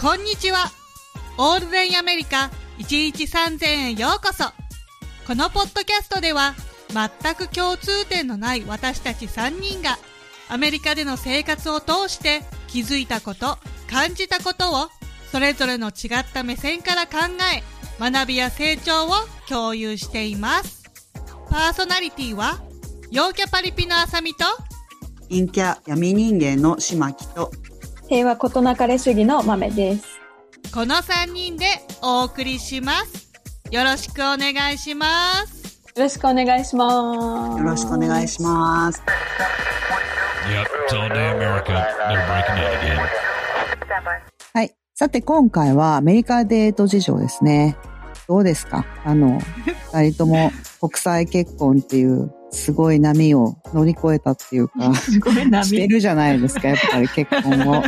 こんにちは。オールデンアメリカ1日3000円へようこそ。このポッドキャストでは全く共通点のない私たち3人がアメリカでの生活を通して気づいたこと、感じたことをそれぞれの違った目線から考え学びや成長を共有しています。パーソナリティは陽キャパリピのあさみと陰キャ闇人間の島木と平和ことなかれ主義の豆です。この3人でお送りします。よろしくお願いします。よろしくお願いします。よろしくお願いします。 Yep, it's all day America. They're breaking out again. はい。さて今回はアメリカデート事情ですね。どうですかあの、二人とも国際結婚っていうすごい波を乗り越えたってい うか、ごめんなしてるじゃないですか、やっぱり結婚 を。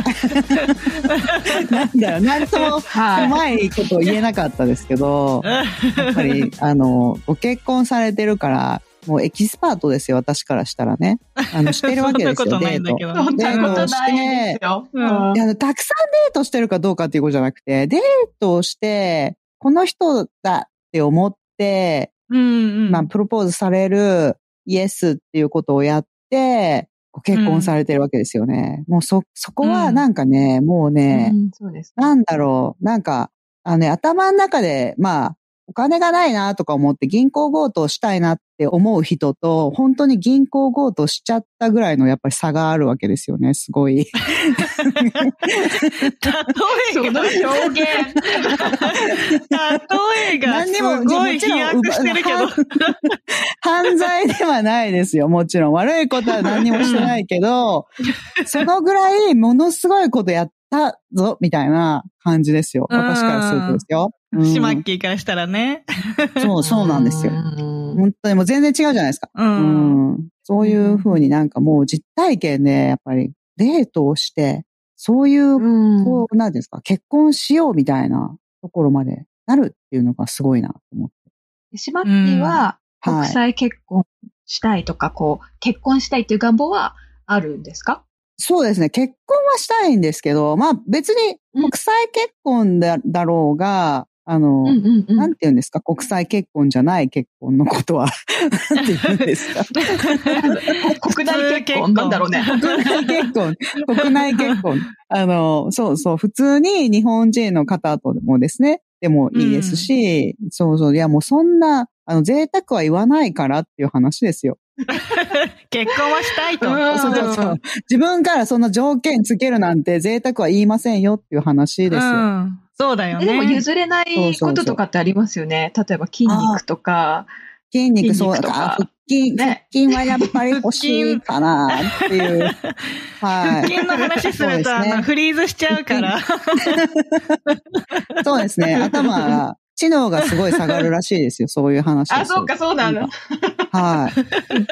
なんだよ、なんともうはまいこと言えなかったですけど、やっぱり、あの、ご結婚されてるから、もうエキスパートですよ、私からしたらね。あの、してるわけですよ、 そんなことなデいんーだトけ。どそんデなーこトとをしないでてす、よ。ううんいやたくさんデートしてるかどうかっていうことじゃなくて、デートをして、この人だって思って、うんうん。まあ、プロポーズされるイエスっていうことをやって、ご結婚されてるわけですよね。もうそ、そこはなんかね、もうね、うんそうです。なんだろう、なんか、あのね、頭の中で、まあ、お金がないなとか思って銀行強盗したいなって思う人と、本当に銀行強盗しちゃったぐらいのやっぱり差があるわけですよね、すごい。例えが、表現。例えが、何にもすごい飛もちろん躍してるけど。犯罪ではないですよ、もちろん。悪いことは何にもしてないけ ど、そのぐらいものすごいことやったぞ、みたいな感じですよ。うん私からするとですよ。うんシマッキーからしたらね。そう、そうなんですよ。う本当にもう全然違うじゃないですか。ん。うんそういうふうになんかもう実体験で、やっぱりデートをして、そういう、こう、なんていうんですか、結婚しようみたいなところまでなるっていうのがすごいなと思って。シマッキーはうんはい国際結婚したいとか、こう、結婚したいっていう願望はあるんですかそうですね。結婚はしたいんですけど、まあ別に国際結婚だだろうが、あの、んうなんて言うんですか国際結婚じゃない結婚のことは、 なんて言うんです か国内結婚なんだろうね。国内結婚、 国内結婚。あの、そうそう、普通に日本人の方ともですね、でもいいですし、そうそう、いやもうそんな、あの、贅沢は言わないからっていう話ですよ。結婚はしたいと。うんそうそうそう。自分からその条件つけるなんて贅沢は言いませんよっていう話ですよ。うんそうだよえでもね。譲れないこととかってありますよね。例えば筋肉とか、筋肉、筋そう、肉とあか腹筋、ね。腹筋はやっぱり欲しいかなっていう。は腹い。筋の話すそうるでと、あすねの、フリーズしちゃうから。そうですね。頭が、知能がすごい下がるらしいですよ。そういう話をあ、するそうか、そうなの。と。はい。腹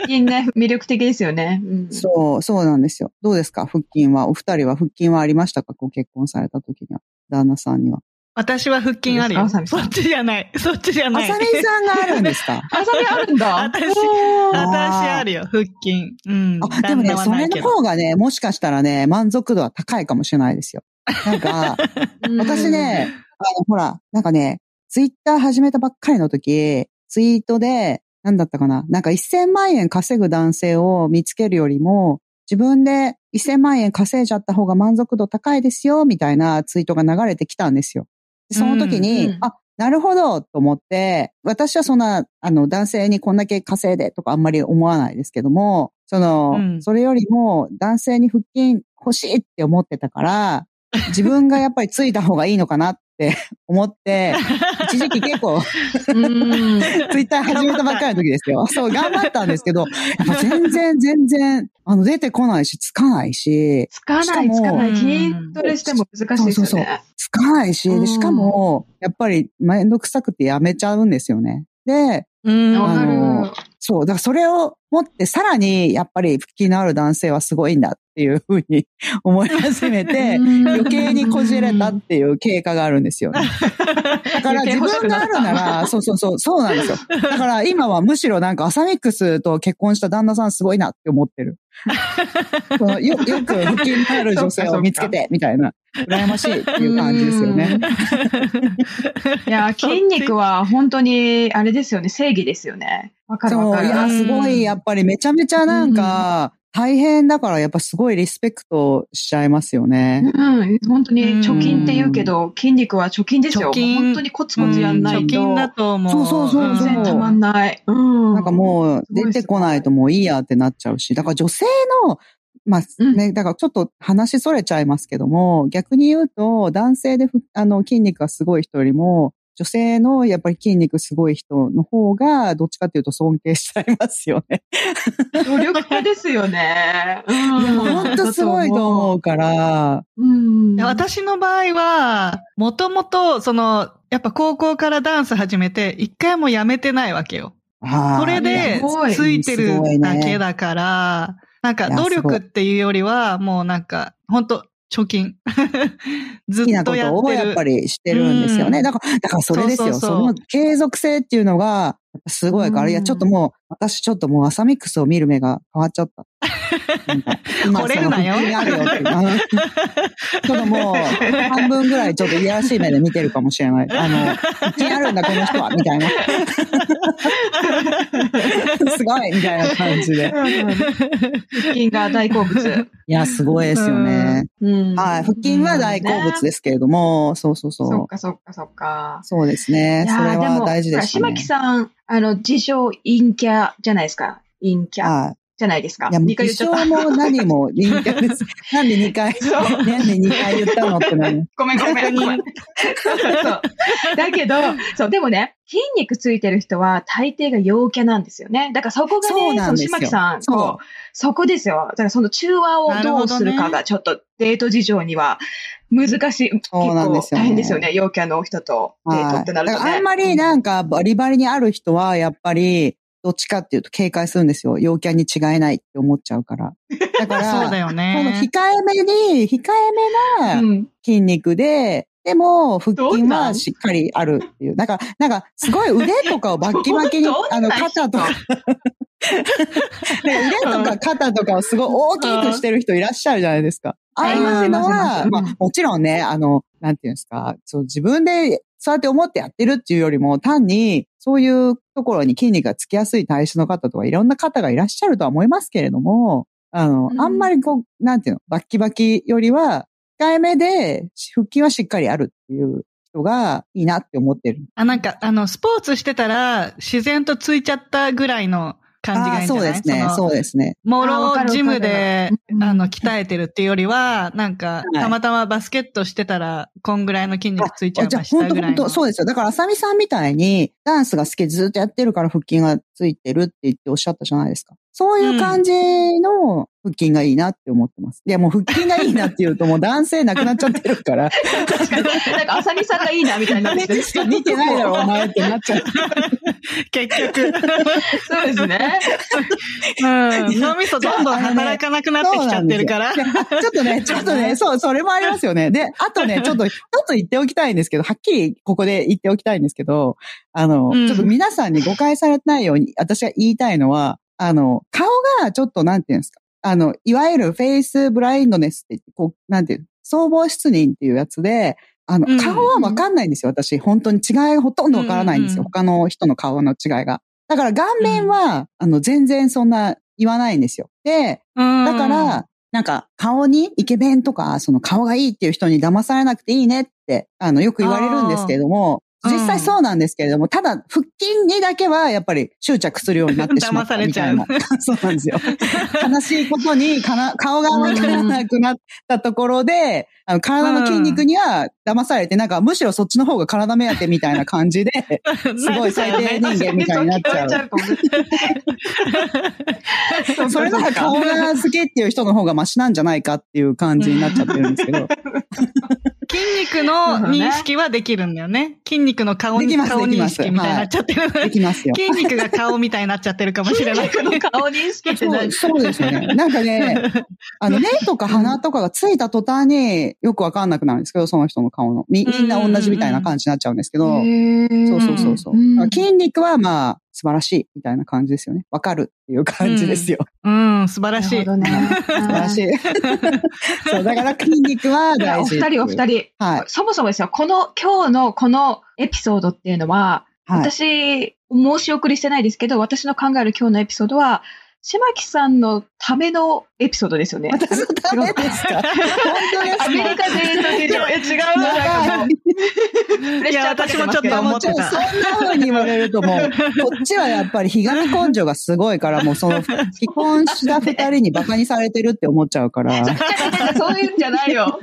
筋ね、魅力的ですよね。うんそう、そうなんですよ。どうですか腹筋は。お二人は腹筋はありましたかご結婚された時には。旦那さんには。私は腹筋あるよ。そうですそかっちじゃない。そっちじゃあない。さみさんがあるんです かあ、それあるんだ。私おー私あるよ、腹筋。うん。あ、でもね、旦那はそなれいけのど方がね、もしかしたらね、満足度は高いかもしれないですよ。なんか、私、ね、あの、ほら、なんかね、ツイッター始めたばっかりの時、ツイートで、なんだったかななんか1000万円稼ぐ男性を見つけるよりも、自分で1000万円稼いじゃった方が満足度高いですよ、みたいなツイートが流れてきたんですよ。でその時に、うんうんあ、なるほど、と思って、私はそんな、あの、男性にこんだけ稼いでとかあんまり思わないですけども、その、うんそれよりも男性に腹筋欲しいって思ってたから、自分がやっぱりついた方がいいのかなって 思って、一時期結構、うん。ツイッター始めたばっかりの時ですよ。そう、頑張ったんですけど、やっぱ全然、全然、あの、出てこないし、つかないし、つかしなかい、もつかなうい。ん筋トレしても難しいですよね。そうそうそうつかないし、でしかも、やっぱり、めんどくさくてやめちゃうんですよね。で、うん。わかあのる。そう、だからそれを持って、さらに、やっぱり、腹筋のある男性はすごいんだってっていうふうに 思い始めて、余計にこじれたっていう経過があるんですよね。だから自分があるなら、そうそうそう、そうなんですよ。だから今はむしろなんかアサミックスと結婚した旦那さんすごいなって思ってる。そのよよく腹筋耐える女性を見つけて、みたいな。羨ましいっていう感じですよね。いや、筋肉は本当に、あれですよね、正義ですよね。わかるそわかう、いる。や、うんすごい、やっぱりめちゃめちゃなんか、大変だから、やっぱすごいリスペクトしちゃいますよね。うん、本当に貯金って言うけど、筋肉は貯金ですよ。貯金本当にコツコツやんない貯金と、だと思う。そうそうそうそう全然んたまんない。うん。なんかもう、すごい出てこないともういいやってなっちゃうし、だから女性の、まあうんね、だからちょっと話それちゃいますけども、逆に言うと、男性でふあの筋肉がすごい人よりも、女性のやっぱり筋肉すごい人の方が、どっちかっていうと尊敬しちゃいますよね。努力家ですよね。うん。本当すごいと思うから、うん。いや私の場合は、もともと、その、やっぱ高校からダンス始めて、一回もやめてないわけよ。あーそれいやですごいついてすごいるだねけだから、なんかいや努力っていうよりは、もうなんか、ほんと、貯金。 ず好きなっことやとっをてやっぱる。りしてるんですよね。うんだから、だからそれですよ。そそうそうそうの継続性っていうのが、すごいから、いや、うんちょっともう、私ちょっともう朝ミックスを見る目が変わっちゃった。なんか今惚れるなよその腹筋あるよっていうあのちょっともう、半分ぐらいちょっといやらしい目で見てるかもしれない。あの、腹筋あるんだ、この人は、みたいな。すごいみたいな感じで。腹筋が大好物。いや、すごいですよね。うん。はい。腹筋は大好物ですけれども、そうそうそう。そっかそっかそっか。そうですね。いやそーれは大事ででも、した島ね木。さん、あの、自称陰キャじゃないですか。陰キャはい。じゃないですか。いや、もう二回言っ一ちゃった生も何も陰キャ です。なんで2回、そうなんで2回言ったのってなる。ごめんごめんごめん。 そうそうそう。だけど、そう、でもね、筋肉ついてる人は大抵が陽キャなんですよね。だからそこがそうね、なそんのですよ島木さん、そうこうそこですよ。だからその中和をどうするかがちょっとデート事情には難しい。結そうなんですよね構大変ですよね。陽キャの人とデートはっい。てだなかるとね。らあんまりなんかバリバリにある人は、やっぱり、どっちかっていうと警戒するんですよ。陽キャに違いないって思っちゃうから。だか ら、 そうだよこの控ね。えめに、控えめなうん。筋肉で、でも、腹筋どんなはしっかりあるっていう。なんか、なんか、すごい腕とかをバッキバ キに、どんな人あの、肩とか、 で腕とか肩とかをすごい大きくしてる人いらっしゃるじゃないですか。ああいうのは、うんまあもちろんね、あの、なんていうんですか、そう自分でそうやって思ってやってるっていうよりも、単にそういうところに筋肉がつきやすい体質の方とか、いろんな方がいらっしゃるとは思いますけれども、あのう、んあんまりこう、なんていうの、バッキバキよりは、控えめで腹筋はしっかりあるっていう人がいいなって思ってる。あ、なんか、あの、スポーツしてたら、自然とついちゃったぐらいの感じがいいんじゃそうないですね、のそうですね。もあわろかるわかるジムでう、んあの、鍛えてるっていうよりは、なんか、いたまたまバスケットしてたら、こんぐらいの筋肉ついちゃいじゃまあ、し本た当ぐらい本の。当そうですよ。だから、あさみさんみたいに、ダンスが好きでずっとやってるから腹筋がついてるって言っておっしゃったじゃないですか。そういう感じの腹筋がいいなって思ってます。いや、もう腹筋がいいなって言うと、もう男性なくなっちゃってるから、 確かに。なんか、あさみさんがいいな、みたいになって きてるしか見てないだろ、お前ってなっちゃう。結局。 そうですね。 うん。脳みそどんどん働かなくなってきちゃってるから。そうなんですよであちょっとね、ちょっとね、そう、それもありますよね。で、あと ね、ちょっと、一つ言っておきたいんですけど、はっきりここで言っておきたいんですけど、あうの、んちょっと皆さんに誤解されないように、私が言いたいのは、あの、顔がちょっと、なんていうんですか、あの、いわゆるフェイスブラインドネスって、こう、なんていう、総合失認っていうやつで、あのうん、顔はわかんないんですよ、私。本当に違いがほとんどわからないんでうすよ。んうんうん他の人の顔の違いが。だから顔面は、あの、全然そんな言わないんですよ。で、うん だから、なんか、顔にイケメンとか、その顔がいいっていう人に騙されなくていいねって、あの、よく言われるんですけれども、あー実際そうなんですけれども、ただ、腹筋にだけは、やっぱり執着するようになってしまっ た騙されみちたゃいうな。 そうなんですよ。悲しいことに かな、顔がわからなくなったところで、あの体の筋肉には騙されて、なんか、むしろそっちの方が体目当てみたいな 感じで、すごい最低人間みたいになっちゃう。かもね。それなら 顔が好きっていう人の方がマシなんじゃないかっていう感じになっちゃってるんですけど。筋肉の認識はできるんだよね。筋肉の顔でにきます顔認識みたいになっちゃってる。できますよ。 筋肉が顔みたいになっちゃってるかもしれない。この顔認識って そう、何そうです よね。なんかね、あの、目とか鼻とかがついた途端によくわかんなくなるんですけど、その人の顔の。み、みんな同じみたいな感じになっちゃうんですけど、そうそうそうそう。うんだから筋肉はまあ、素晴らしいみたいな感じですよね。わかるっていう感じですよ。うん、素晴らしなるい。ほどね。素晴らしい。い。 そう、だから筋肉は大お事って二いう。人お二人。はい。そもそもですよ、この、今日のこのエピソードっていうのは、はい。私、申し送りしてないですけど、私の考える今日のエピソードは、島木さんのためのエピソードですよね。私のためです かアメリカ全土事情。え、違うわなんかもうプレッいシャや、ーかけ私てもまちょっと思っていすけどやもちろた。んそんな風に言われると もう、こっちはやっぱりひがみ根性がすごいから、もうその、既婚した二人に馬鹿にされてるって思っちゃう から。いそういうんじゃないよ。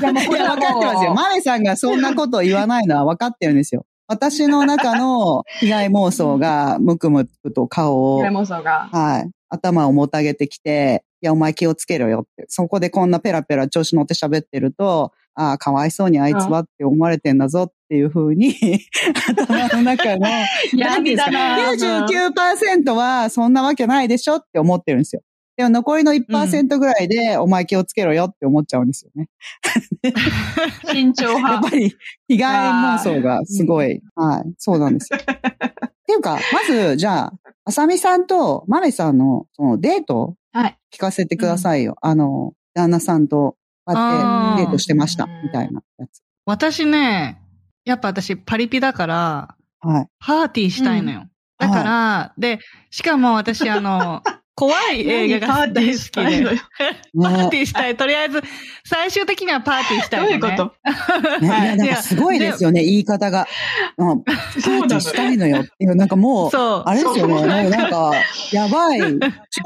や、もうこれ分かってますよ。マメさんがそんなことを言わないのは分かってるんですよ。私の中の被害妄想が、むくむくと顔を平、本さんが。はい、頭をもたげてきて、いや、お前気をつけろよって。そこでこんなペラペラ調子乗って喋ってると、ああ、かわいそうにあいつはって思われてんだぞっていう風に、 頭の中の、闇だ なぁ。 99%はそんなわけないでしょって思ってるんですよ。でも残りの1%ぐらいで、お前気をつけろよって思っちゃうんですよね。慎重やっぱ。派り、被害妄想がすごい。はい。そうなん ですよ。っていうか、まず、じゃあ、あさみさんとまめさんの、そのデート、はい聞かせてくださいよ。あの、旦那さんと、こうやあっーてデートしてました、みたいなやつ。私ね、やっぱ私パリピだから、はい。 パーティーしたいのよ。だから、で、しかも私あ の、怖い映画が大好き何パーティーしたいのでよ。パーねティーしたい。とりあえず、最終的にはパーティーしたいどのね、ういうことねいはいや、なんかすごいですよね、言い方 が。うんパーそうティなーのしたいのよっていう、なんかもう、そう。あれですよね。そうもうなんか、やばい中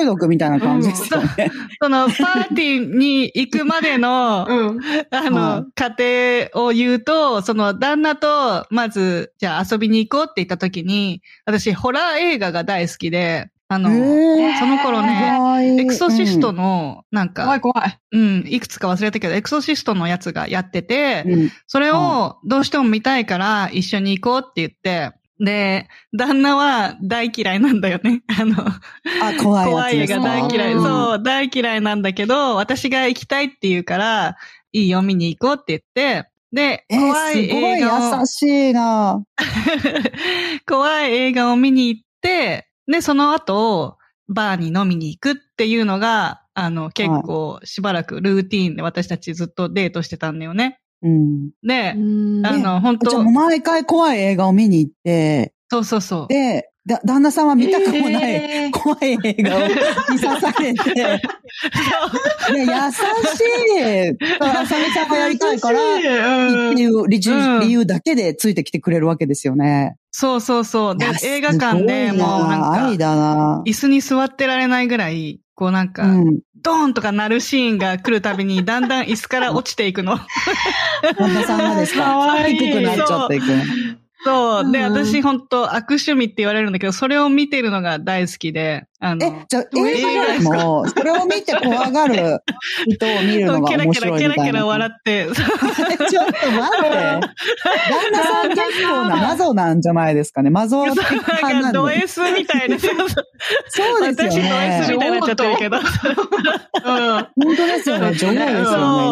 毒みたいな感じですよね。その、パーティーに行くまでの、 うん。あはの、家庭を言うと、その、旦那と、まず、じゃあ遊びに行こうって言った時に、私、ホラー映画が大好きで、あの、えその頃ーね、かわいいエクソシストの、なんか、怖い怖い。うん、いくつか忘れたけど、エクソシストのやつがやってて、うんうんそれをどうしても見たいから一緒に行こうって言って、で、旦那は大嫌いなんだよね。 あの、あ、怖い怖いや映つです画か。大嫌い。うんそう、大嫌いなんだけど、私が行きたいって言うから、いいよ、見に行こうって言って、で、えー怖い映すごい画を優、しいな 怖い映画を見に行って、で、その後、バーに飲みに行くっていうのが、あの、結構しばらくルーティーンで私たちずっとデートしてたんだよね。うん。で、うんあの、本当じゃあもう毎回怖い映画を見に行って、そうそうそう。で、だ旦那さんは見たくもない、えー怖い映画を見ささ れて、で、優しい。あさみさんがやりたいから、 優しいうん理由、理由うん理由だけでついてきてくれるわけですよね。そうそうそう。でいや、映画館でもうすごない愛んか、だな椅子に座ってられないぐらい、こうなんか、うん。ドーンとか鳴るシーンが来るたびに、だんだん椅子から落ちていく の。旦那さんがで すか。かわいい低くなっちゃっていく。そう。で、うん私本当悪趣味って言われるんだけど、それを見てるのが大好きで、あの、え、じゃあ映画よりも、それを見て怖がる人を見るのがキラ面キラ白キいみラたキいラ笑な。って、 ちょっと待って。旦那さん結構 なマゾなんじゃないですかね。マゾ的なんなかんドで。 S みたいな、そうそうそうです私ド S よみね。たいになっちゃってるけど。 うん本当ですよね。女王ですよね。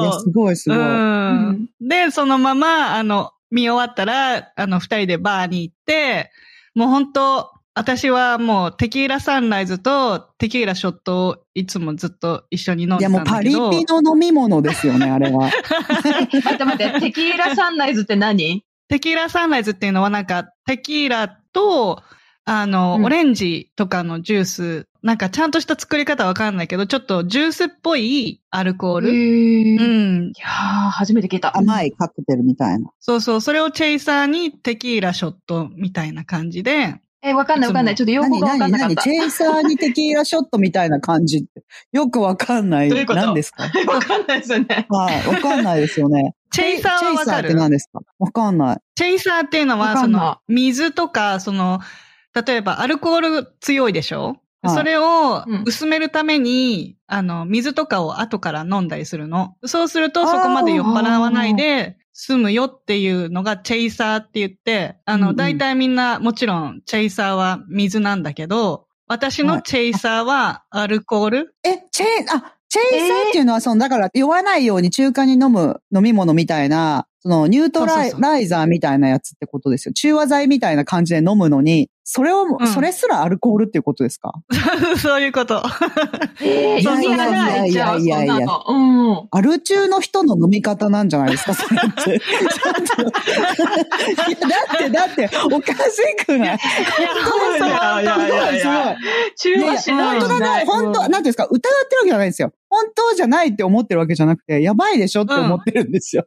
いやすごいすごうい。ん。で、そのまま、あの、見終わったら、あの、二人でバーに行って、もう本当私はもうテキーラサンライズとテキーラショットをいつもずっと一緒に飲んいでやたもうんパだリけピど。の飲み物ですよね、あれは。待って待って、テキーラサンライズって何テキーラサンライズっていうのはなんかテキーラと、あの、うんオレンジとかのジュース、なんかちゃんとした作り方わかんないけど、ちょっとジュースっぽいアルコール。いうん。やー、初めて聞いた。甘いカクテルみたいな。そうそう。それをチェイサーにテキーラショットみたいな感じで。え、わかんないわかんない。いちょっと用語何がわか何んなかっ何たチ。ェイサーにテキーラショットみたいな感じって。よくわかんない。どういうこと何ですか わかんないですよね。はい。わかんないですよね。チェイサーはわチェイサかーるって何ですかわかんない。チェイサーっていうのわは、かそんないの、水とか、その、例えばアルコール強いでしょはいそれをうん薄めるために、あの、水とかを後から飲んだりするの。そうすると、そこまで酔っ払わないで済むよっていうのが、チェイサーって言って、あうんうの、ん大体みんな、もちろん、チェイサーは水なんだけど、私のチェイサーはアルコール、 え、チェイ、あ、チェイサーっていうのは、その、だから、酔わないように中間に飲む飲み物みたいな、その、ニュートライそうそうそうライザーみたいなやつってことですよ。中和剤みたいな感じで飲むのに、それを、うんそれすらアルコールっていうことですかそういうこと。えー、いや意味がないいじゃやん、いそやんいやないやの。うん。アル中の人の飲み方なんじゃないですかそれって。ちょっといやだって、だって、おかしくないいや、うだよいやいやいやすごいすごい中和しない本当しなだい。ね、本当、なんていうんですか、疑ってるわけじゃないんですよ。本当じゃないって思ってるわけじゃなくて、やばいでしょって思ってるんですよ。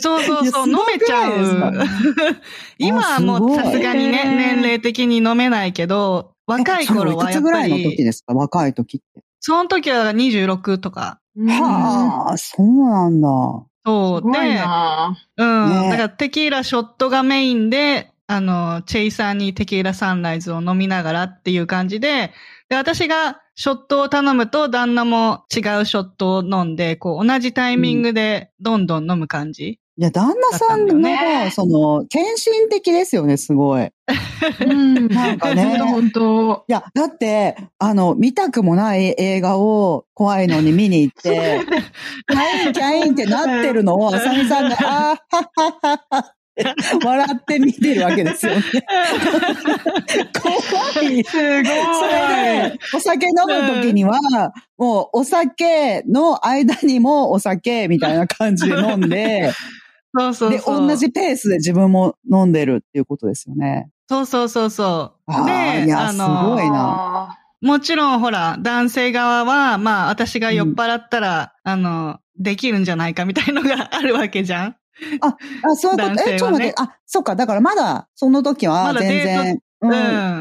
そうそうそう、い飲やめちゃすごくうない。 今はもうあすさごいすがにへね、ー年齢的に飲めないけど、若い頃はやえそれいくつっぐぱらいの時り、ですか若い時って。その時は26とか。うんはあ、そうなんだ。そうすごいで、なうん。ねだからテキーラショットがメインで、あの、チェイサーにテキーラサンライズを飲みながらっていう感じで、で、私がショットを頼むと、旦那も違うショットを飲んで、こう、同じタイミングでどんどん飲む感じ。いや、旦那さんの、だったんだよねその、献身的ですよね、すごい。いうん。なんかね本当や、だって、あの、見たくもない映画を怖いのに見に行 って、キャインキャインってなってるのを、あさみさんが、あーはっはっはっはって笑って見てるわけですよね。怖い。すごい。それで、お酒飲むときには、もうお酒の間にもお酒みたいな感じで飲んで、 そうそうで、そう。同じペースで自分も飲んでるっていうことですよね。そうそうそうそう。あーいやすごいな。もちろん、ほら、男性側は、まあ、私が酔っ払ったら、あの、できるんじゃないかみたいのがあるわけじゃん。あ、そういうこと、男性はねえ、ちょっと待って、あ、そっか、だからまだ、その時はまだ全デート然、う。うん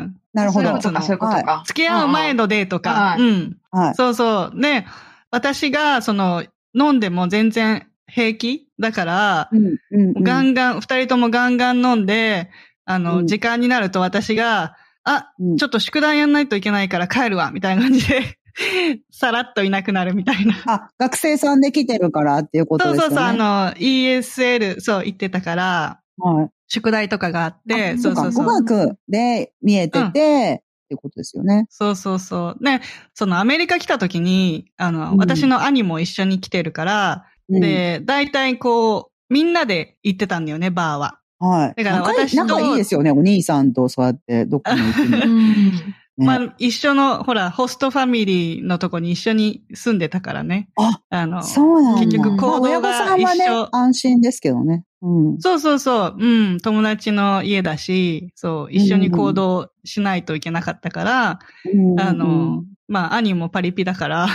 ん、なるほそういうどこ。とか、そういうことか。付き合う前のデートか。うんうん。はい。そうそう。ね、私が、その、飲んでも全然平気だから、うん、うん、うん。ガンガン、二人ともガンガン飲んで、あの、うん時間になると私が、あ、うんちょっと宿題やんないといけないから帰るわ、みたいな感じで、 さらっといなくなるみたいな。あ、学生さんで来てるからっていうことそでうすそうよね。そう、あの、ESL、そう、行ってたから、はい。宿題とかがあって、そそううか、そう語そう。学で見えてて、うんっていうことですよね。そうそうそう。ね、そのアメリカ来た時に、あの、うん私の兄も一緒に来てるから、うん、で、大体こう、みんなで行ってたんだよね、バーは。はい。だから仲いい私と仲いいですよね、お兄さんとそうやってどっかに行くの。うん ねまあ、一緒の、ほら、ホストファミリーのとこに一緒に住んでたからね。あ、あの、そそうなんだ。結局行動がまあ親御さんはね一緒、安心ですけどね。うん。うそうそう、うん、友達の家だし、そう、一緒に行動しないといけなかったから、うんあの、、まあ、兄もパリピだから、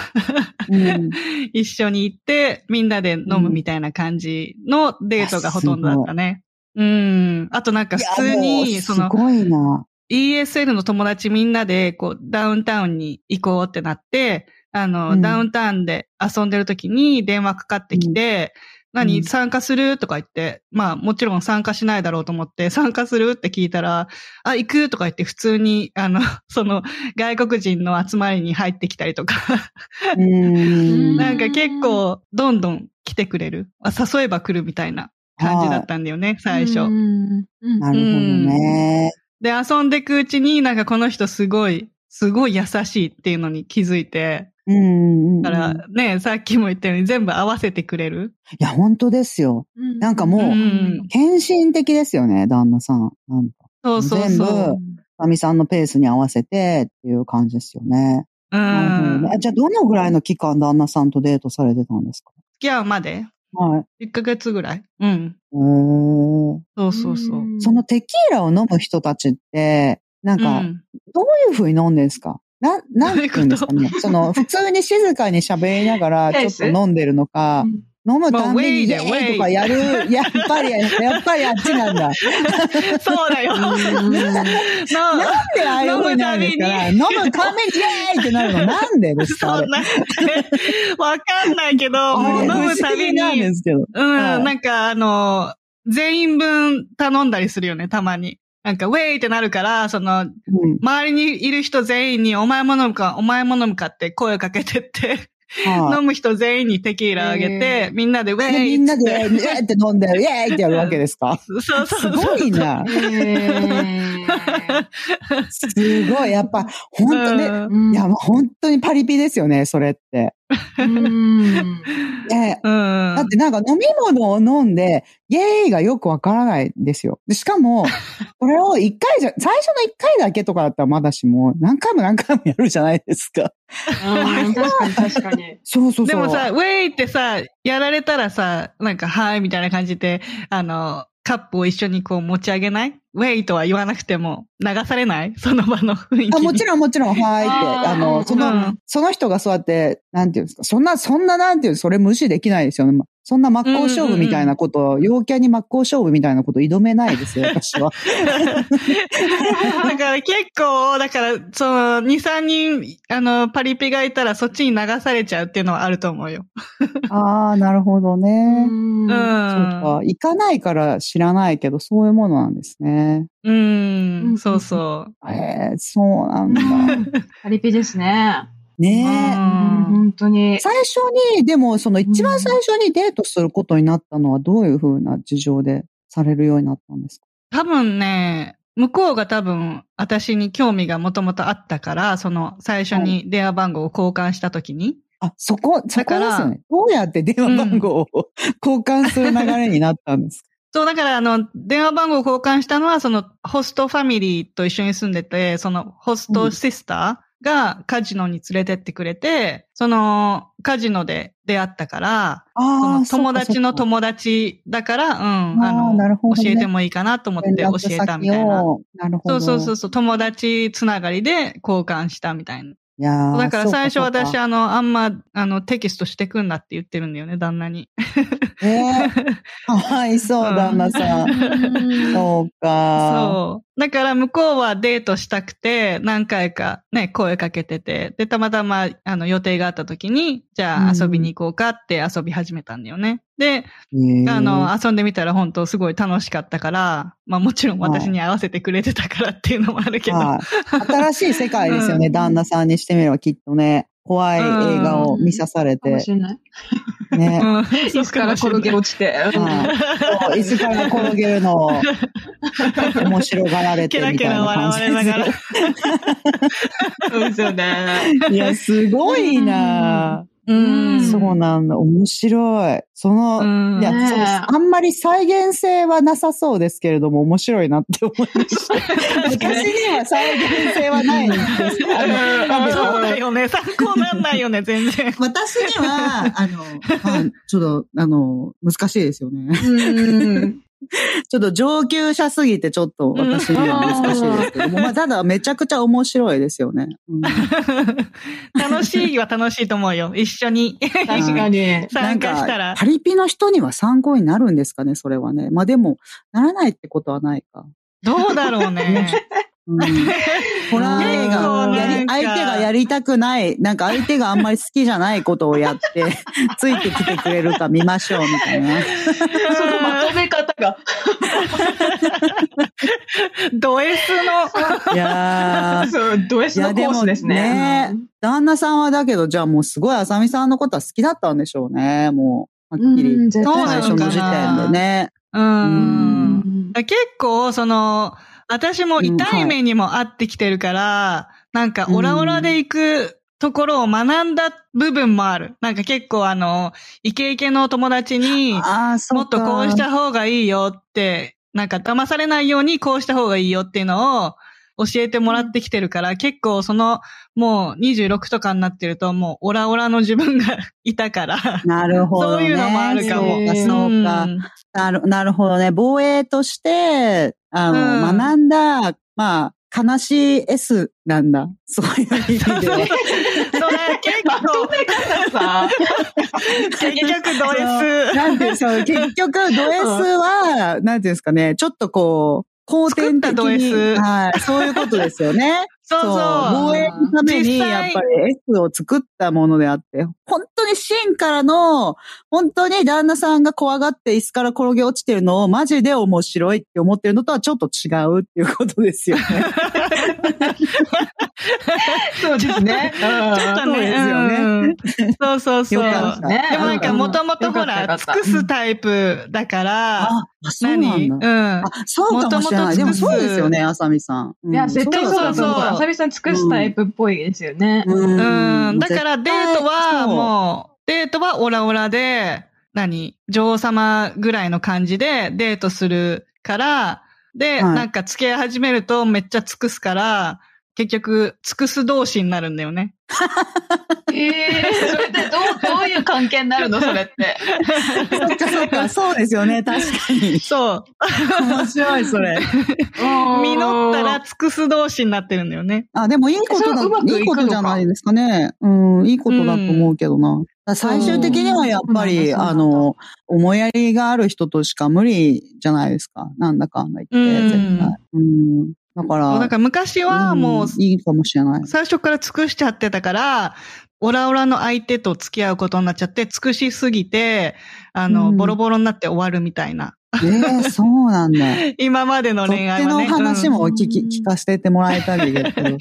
うん一緒に行って、みんなで飲むみたいな感じのデートがほとんどだったね。うん。あとなんか 普通いやもに、うそすのごいな。 ESL の友達みんなで、こう、ダウンタウンに行こうってなって、あの、うんダウンタウンで遊んでる時に電話かかってきて、うん何参加するとか言って、まあもちろん参加しないだろうと思って、参加するって聞いたら、あ、行くとか言って普通に、あの、その外国人の集まりに入ってきたりとか、 うん。なんか結構、どんどん来てくれる。あ誘えば来るみたいな感じだったんだよね、最う初。んうんなるほどね。で、遊んでくうちになんかこの人すごい、すごい優しいっていうのに気づいて、うん。だからいね、さっきも言ったように全部合わせてくれる。や、本当ですよ。なんかもううん献身的ですよね、旦那さん。なんか、そうそう全部そう。まみさんのペースに合わせてっていう感じですよね。うなるほどんね。あじゃあ、どのぐらいの期間旦那さんとデートされてたんですか付き合うまではい。へ ?1 ヶ月ぐらい。うん。ーそうそうそう。そのテキーラを飲む人たちって、なんか、うんどういう風に飲んでんですかな、なんて言うんですかどうね。その、普通に静かに喋りな がら、ペちょーっスと飲んでるのか、飲むたんびまあウェに、イイだエよーイとウェかイやる、 やっぱり、やっぱりあっちな んだ。そう だよ。ななんでああいう風になるんですかね飲むために、イエーイってなる の、なんでですかあそれんな、わかんないけ ど、もうあれ飲むたび不思議なんにで、すけど。うん、はいなんかあの、全員分頼んだりするよね、たまに。なんか、ウェイってなるから、その、うん。周りにいる人全員に、お前も飲むか、お前も飲むかって声をかけてって、は飲む人全員にテキーラあげてへ、ーみんなでウェい。で、みイんっ なつっで、て。えーって飲んで、イエーイってやるわけですかそうそうす そう。ごいな。すごい。やっぱ、本当ね。ね。いや、もう本当にパリピですよね、それって。うん。ねうん。だってなんか飲み物を飲んで、イエーイがよくわからないんですよ。でしか も、これを一回じゃ、最初の一回だけとかだったらまだしも、何回も何回もやるじゃないですか。うん確かに確かに。そうそうそう。でもさ、ウェイってさ、やられたらさ、なんか、はい、みたいな感じで、あの、カップを一緒にこう持ち上げないウェイとは言わなくても、流されないその場の雰囲気に。あもちろんもちろん、はーいって、あーあの、その、うんその人がそうやって、なんていうんですか、そんな、そんな、なんていう、それ無視できないですよね。そんな真っ向勝負みたいなこと、陽キャに真っ向勝負みたいなこと挑めないですよ、私 は。だから結構、だから、その、2、3人、あの、パリピがいたらそっちに流されちゃうっていうのはあると思うよ。ああ、なるほどね。うん。そうか。行かないから知らないけど、そういうものなんですね。うん、そうそええそう なんだ。パリピですね。う。ねうん本当え。に。最初に、でも、その一番最初にデートすることになったのは、どういうふうな事情でされるようになったんですか多分ね、向こうが多分、私に興味がもともとあったから、その、最初に電話番号を交換した時に。あ、そこ、そだこかでらすよね。どうやって電話番号を、交換する流れになったんですかそう、だから、あの、電話番号を交換したのは、その、ホストファミリーと一緒に住んでて、その、ホストシスターがカジノに連れてってくれて、その、カジノで出会ったから、そあのあ、そっか友達の友達だから、うん、ああーの、なるほどね教えてもいいかなと思って連教絡えたみたいな先。をなるほそうそど。うそうそう、友達つながりで交換したみたいな。いやーだから最初そうかそう私かあの、あんま、あの、テキストしてくんなって言ってるんだよね、旦那 に。ええかわいそ う、うん旦那さん。そうか。そう。だから向こうはデートしたくて、何回かね、声かけてて、で、たまたま、あの、予定があった時に、じゃあうん遊びに行こうかって遊び始めたんだよね。で、へえあの、遊んでみたら本当すごい楽しかったから、まあもちろん私に合わせてくれてたからっていうのもあるけど。はい。新しい世界ですよね、 うん旦那さんにしてみればきっとね。怖い映画を見さされかもてし、れない。ね。うん椅子から転げ落ちて。はいそう椅子から転げるのを、面白がら れてケラみケたいラな笑感わじれながら。そうですよね。いや、すごいなうぁうんそうなんだ。面白い。その、うんいや、ねえそうあんまり再現性はなさそうですけれども、面白いなって思いま した。私には再現性はないんですけど。あのなんでしょうそうだよね。参考なんないよね、全然。私には、あの、まあちょっと、あの、難しいですよね。うん。ちょっと上級者すぎて、ちょっと私には難しいですけども、まあ、ただめちゃくちゃ面白いですよね。うん 楽しいは楽しいと思うよ。一緒に確かに。参加したなんらか。パリピの人には参考になるんですかね、それはね。まあでも、ならないってことはないか。どうだろうね。 うん、ホラー映結構な画んかやり、相手がやりたくない、なんか相手があんまり好きじゃないことを やって、ついてきてくれるか見ましょう、みたいな。そのまとめ方が。 ド S の。いやー、そう、ド S のコースですいやねで。もね旦那さんはだけど、じゃあもうすごい浅見さんのことは好きだったんでしょうね。もう、はっきり言うっんて。絶対最初の時点でね。う。うんん結構、その、私も痛い目にも合ってきてるから、なんか、オラオラで行くところを学んだ部分もある。なんか結構、あの、イケイケの友達に、ああ、そうもっとこうした方がいいよって、なんか騙されないようにこうした方がいいよっていうのを教えてもらってきてるから、結構その、もう26とかになってると、もうオラオラの自分がいたから、なるほど、そうね。いうのもあるかもそうか、そうか。んなるなるほどね。防衛として、あの、うん学んだ、まあ、悲しい S なんだ。そういう意味では。 それ結まと構、め方さ。結局ド S。なんて、そう、結局、ド S は、なんていうんですかね、ちょっとこう、後天的作ったドに、 S はい、そういうことですよね。そうそう。防衛のために、実際やっぱり S を作ったものであって、本当当に芯からの、本当に旦那さんが怖がって椅子から転げ落ちてるのをマジで面白いって思ってるのとはちょっと違うっていうことですよね。そうですね。ちょっとそうね。ですよねうんそうそうそう。よかっでたねもなんかもともとほ、よからった尽くすタイプだから、 あ、あそうなんだ。何うんあ。、そうかもしれな元々い。尽くすでもそうですよね、あさみさん。うんいや、絶対そうだと思う。そうそうそうあさみさん尽くすタイプっぽいですよね。ううん。だからデートはう。もう、デートはオラオラで、何女王様ぐらいの感じでデートするから、で、はいなんか付き合い始めるとめっちゃ尽くすから、結局、尽くす同士になるんだよね。ええそれってどう、どういう関係になるのそれって。そっかそっか、 そうですよね、確かに。そう。 面白い、それ。実ったら、尽くす同士になってるんだよね。あ、でもいいことそれうまくだ、いくのかいいことじゃないですかね。うん、いいことだと思うけどな。だから最終的にはやっぱうんそうり、なんだあの、思いやりがある人としか無理じゃないですか。なんだかんだ言って、うん絶対。うん。だから、そうだから昔はもう、んいいかもしれない。最初から尽くしちゃってたから、オラオラの相手と付き合うことになっちゃって、尽くしすぎて、あの、うんボロボロになって終わるみたいな。ええそうなん だ。今までのそっ恋愛ちはのね。話も聞き、うん聞かせてもらえたりだけ ど、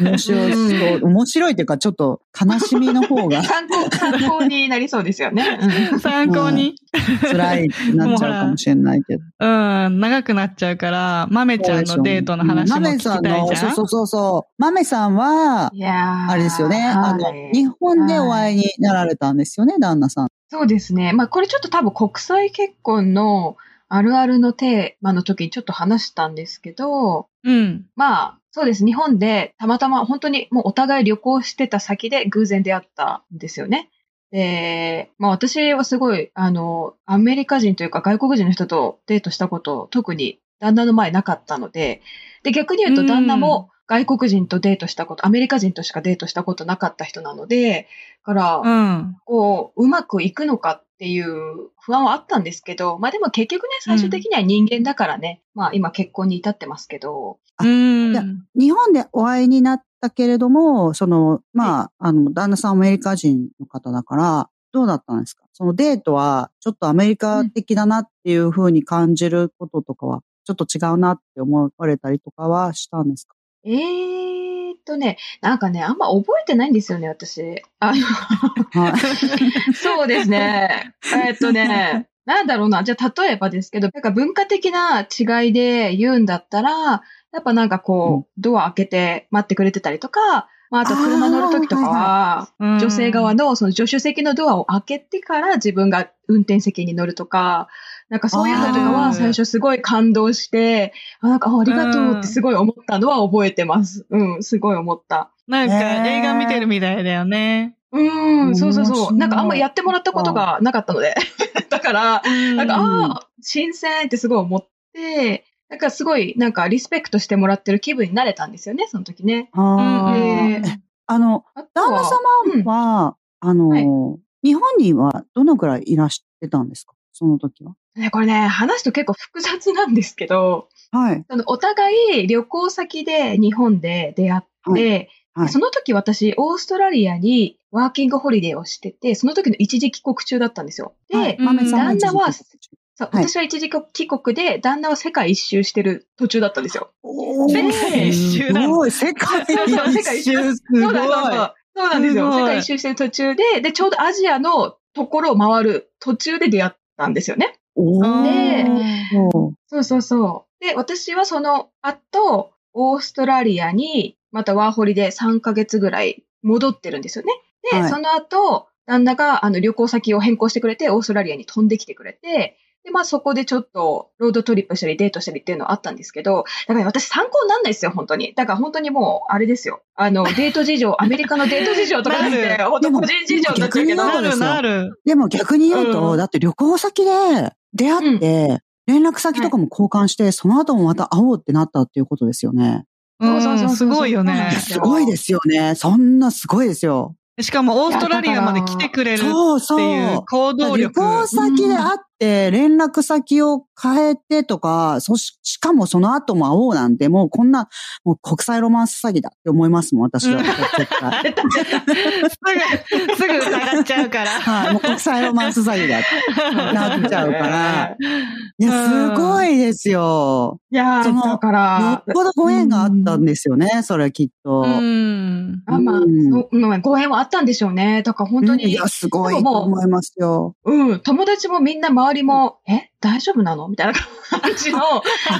面白いそう、面白いっていうか、ちょっと悲しみの方が参考、参考になりそうですよね。うん参考に。辛いってなっちゃうかもしれないけど。うん、長くなっちゃうから、豆ちゃんのデートの話も聞きたいじゃん。豆さんのそうそうそうそう。豆さんは、いやーあれですよね。あのは、い日本でお会いになられたんですよね、旦那さん。そうですね。まあ、これちょっと多分国際結婚のあるあるのテーマの時にちょっと話したんですけど、うん。まあ、そうです。日本でたまたま本当にもうお互い旅行してた先で偶然出会ったんですよね。で、まあ私はすごい、あの、アメリカ人というか外国人の人とデートしたこと、特に旦那の前なかったので、で、逆に言ううとん旦那も外国人とデートしたこと、アメリカ人としかデートしたことなかった人なので、だから、うん。こう、うまくいくのかっていう不安はあったんですけど、まあでも結局ね、最終的には人間だからね、まあ今結婚に至ってますけど、あうんじゃあ日本でお会いになったけれども、その、まあ、あの、旦那さんアメリカ人の方だから、どうだったんですかそのデートは、ちょっとアメリカ的だなっていう風に感じることとかは、ちょっと違うなって思われたりとかはしたんですかえーっとね、なんかね、あんま覚えてないんですよね、私。あの、はい。そうですね。えーっとね、なんだろうな。じゃあ、例えばですけど、なんか文化的な違いで言うんだったら、やっぱなんかこう、ドア開けて待ってくれてたりとか、まあ、あと車乗るときとかは、うん女性側のその助手席のドアを開けてから自分が運転席に乗るとか、なんかそういうのとかあーは最初すごい感動して、あなんかあありがとうってすごい思ったのは覚えてます。うん、すごい思った。なんかね映画見てるみたいだよね。うん、そうそう面そ白う。いなんかあんまやってもらったことがなかったので。 だから、なんか、うんああ、新鮮ってすごい思って、なんかすごい、なんかリスペクトしてもらってる気分になれたんですよね、その時ね。うんあうーんえーあの、あとは旦那うん様は、あの、はい日本にはどのくらいいらしてたんですかその時は。ねこれね、話すと結構複雑なんですけど、はい。そのお互い旅行先で日本で出会って、はいはいその時私、オーストラリアにワーキングホリデーをしてて、その時の一時帰国中だったんですよ。で、はい豆さん旦那は一時帰そうはい私は一時帰国で、旦那は世界一周してる途中だったんですよ。国世界一周なすのごい、世界一周すごい。そうだそうだそうなんですよ。すごい世界一周してる途中で、で、ちょうどアジアのところを回る途中で出会ったんですよね。おーでおーそうそうそう。で、私はその後、オーストラリアに、またワーホリで3ヶ月ぐらい戻ってるんですよね。で、はいその後、旦那があの旅行先を変更してくれて、オーストラリアに飛んできてくれて、で、まあそこでちょっとロードトリップしたりデートしたりっていうのはあったんですけど、だから私参考になんないですよ、本当に。だから本当にもう、あれですよ。あの、デート事情、アメリカのデート事情とかじゃなくなて、 本で当も個人事情になっちゃうけでども、な逆るになる。でも逆に言うと、うんだって旅行先で出会って、連絡先とかも交換して、その後もまた会おうってなったっていうことですよね。うそうそうそうそん、うすごいよねは。いすごいですよね。そんなすごいですよ。しかもオーストラリアまで来てくれるっそうてそいうう。行動旅力。行先で会っって連絡先を変えてとか、そし、しかもその後も会おうなんて、もうこんな、もう国際ロマンス詐欺だって思いますもん、私は。うん絶す対ぐ、すぐ疑っちゃうから。 はい、もう国際ロマンス詐欺だってなっちゃうから。いや、うすんごいですよ。いやそのー、だかよっら、ぽどご縁があったんですよね、それはきっと。うん。あまあ、うんそううんご縁はあったんでしょうね。だから本当いにや、、すごいと思いますよ。うん、友達もみんな周りも、え、大丈夫なのみたいな感じの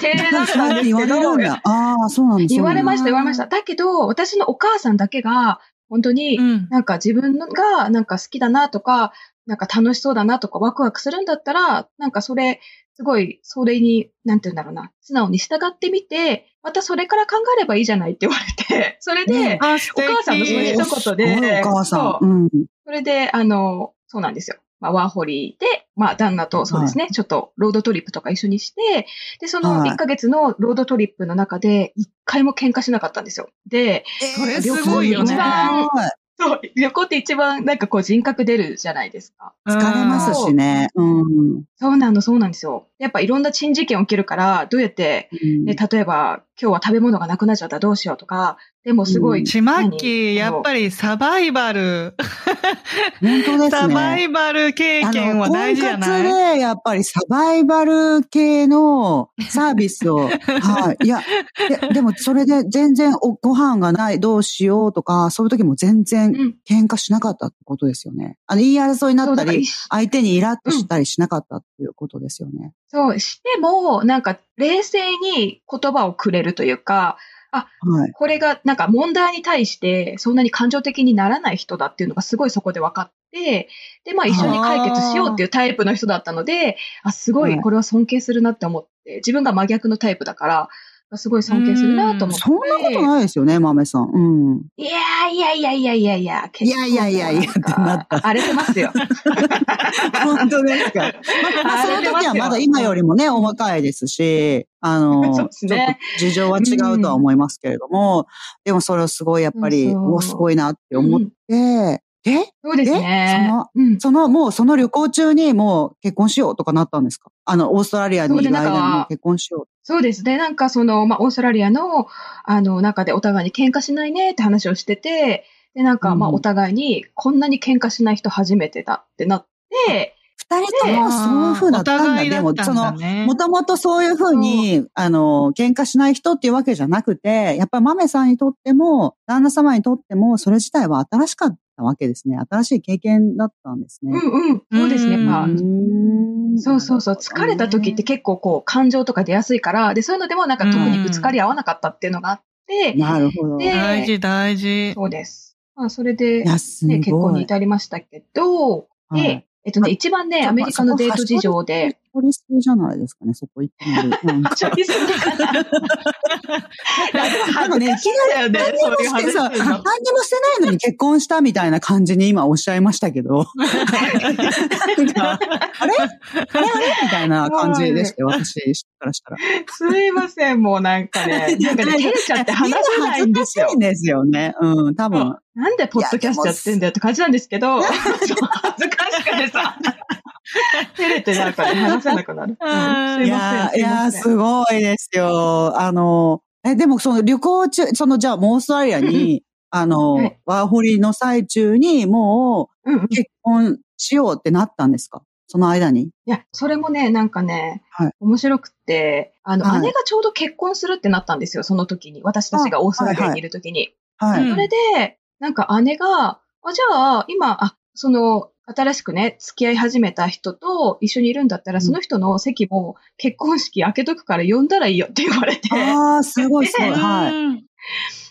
丁寧だったんです言わけれどるん、だ。ああ、そうなんです言われましした、言われました。だけど、私のお母さんだけが、本当に、うん。なんか自分のがなんか好きだなとか、なんか楽しそうだなとかワクワクするんだったら、なんかそれ、すごい、それに、なんて言うんだろうな、素直に従ってみて、またそれから考えればいいじゃないって言われて、それで、ねあ、素お敵母さんのその一言すごいで、お母さそん。ううん。それで、あの、そうなんですよ。まあ、ワーホリで、まあ、旦那と、そうですね、ちょっとロードトリップとか一緒にして、で、そのはい1ヶ月のロードトリップの中で、1回も喧嘩しなかったんですよ。で、それえすごいよねす。ごいそう、旅行って一番なんかこう人格出るじゃないですか。疲疲れますしね。うん。うんそうなの、そうなんですよ。やっぱいろんな珍事件起きるから、どうやって、ね、例えば、今日は食べ物がなくなっちゃったらどうしようとか、でもすごい、うんちまっき、何やっぱりサバイバル。本当ですサバね。イバル経あ験の、は大婚事じゃない活で、やっぱりサバイバル系のサービス を、はい。いや、ででもそれで全然おご飯がない、どうしようとか、そういう時も全然うん喧嘩しなかったってことですよね。あの、言い争いになそうっだたからり、一相手にイラッとしたりしなかったっていうことですよね。そう、しても、なんか、冷静に言葉をくれるというか、はい。これが、なんか問題に対して、そんなに感情的にならない人だっていうのがすごいそこで分かって、で、まあ一緒に解決しようっていうタイプの人だったので、あ、すごはいい、これは尊敬するなって思って、自分が真逆のタイプだから、すごい尊敬するなと思って。そんなことないですよね、豆さん。うん。いやいやいやいやいやいや、結構いやいやいやいやってな ったなんか荒れてますよ。 本当ですか。まあ、そ荒のれてます時よはまだ今よりもね、お若いですし、あの、そうですちょっねと事情は違うとは思いますけれども、でもそれをすごいやっぱり、そうそうおすごいなって思って、えそうですね。そのうんその、もうその旅行中にもう結婚しようとかなったんですかあの、オーストラリアにいる間にもう結婚しよそうですね。なんかその、まあ、オーストラリアの、あの、中でお互いに喧嘩しないねって話をしてて、で、なんか、まあ、うんお互いに、こんなに喧嘩しない人初めてだってなって、う。二人ともそういう風だったんだ。でも、その、もの、ともとそういうふうに、あの、喧嘩しない人っていうわけじゃなくて、やっぱり豆さんにとっても、旦那様にとっても、それ自体は新しかったわけですね。新しい経験だったんですうんね。うん、そうですね。うんまあ、んそうそうそう、疲れた時って、結構こう、感情とか出やすいから、で、そういうのでもなんか特にぶつかり合わなかったっていうのがあって、なるほど。でい大事、大事。そうです。まあ、それで、や、すごい。ね、結婚に至りましたけど、はで、いえっとね、一番ね、アメリカのデート事情で、。そこはしょりすぎじゃないですかね、そこ行って なりなんかちょっと急ぎかな なんかね、いきなりだよね何にもしてさ、何にもしてないのに結婚したみたいな感じに今おっしゃいましたけど。なんかあれあれあれみたいな感じでして、私からしたら。すいません、もうなんか ね、なんかね、照れちゃって話せないんですよみ。んな恥ずかしいんですよね。うん、多分。なんでポッドキャストやってんだよって感じなんですけど、ちょっと恥ずかしくてさ、照れてなんかね、話せなく なる。うんうんいすいやー、ません、いすいやまー、せん。すごいですよ。あの、え、でもその旅行中、そのじゃあもうオーストラリア に、あの、はいワーホリの最中にもうんうんう結婚しようってなったんですかその間に。いや、それもね、なんかねはい、面白くて、あのはい、姉がちょうど結婚するってなったんですよ、その時に。私たちがオーストラリアにいる時に。はうい。んそれで、なんか姉が、あ、じゃあ、今、あ、その、新しくね、付き合い始めた人と一緒にいるんだったら、うんその人の席も結婚式開けとくから呼んだらいいよって言われて、ああ、すごいすごい。 はい。い。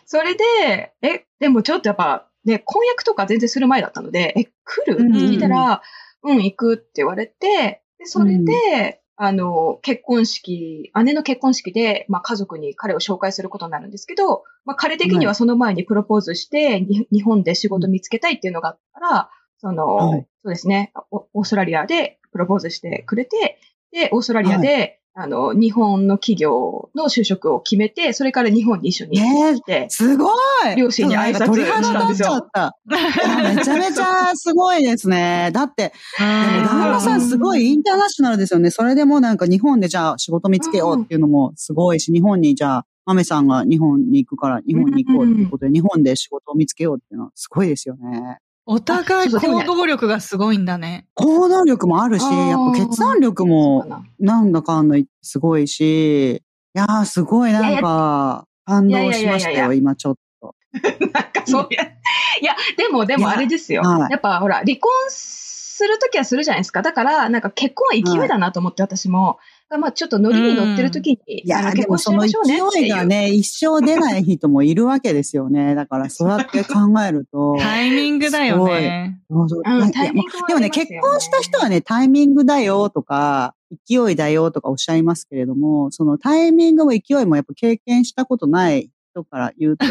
それで、え、でもちょっとやっぱ、ね、婚約とか全然する前だったので、え、来るっうてん聞いたら、うん、行くって言われて、で、それで、あの、結婚式、姉の結婚式で、まあ家族に彼を紹介することになるんですけど、まあ彼的にはその前にプロポーズして、に日本で仕事見つけたいっていうのがあったから、その、はいそうですね、おオーストラリアでプロポーズしてくれて、で、オーストラリアで、あの、日本の企業の就職を決めて、それから日本に一緒に来て、すごい両親に挨拶ちょっとなんか鳥肌立っちゃった。いやめちゃめちゃすごいですね。だって、でも旦那さんすごいインターナショナルですよね。それでもなんか日本でじゃあ仕事見つけようっていうのもすごいし、日本にじゃあ、マメさんが日本に行くから日本に行こうっていうことで、日本で仕事を見つけようっていうのはすごいですよね。お互いそうそうでも行ね動力がすごいんだね。行動力もあるし、あーやっぱ決断力もなんだかんだすごいし、いやーすごいなんか感動しましたいやいやいやいやいよ、や今ちょっなんかそういや、 いや、でも、でもあれですよ。はいやっぱほら、離婚するときはするじゃないですか。だから、なんか結婚は勢いだなと思って、私も。まあ、ちょっとノリに乗ってるときに、いやあのー、で結も婚しそちゃいのましょうねって勢いいう。がね、一生出ない人もいるわけですよね。だから、そうやって考えると。タイミングだよね。そうそううんいやタイミングはでもあね、りますよね結婚した人はね、タイミングだよとか、勢いだよとかおっしゃいますけれども、そのタイミングも勢いもやっぱ経験したことない人から言う と、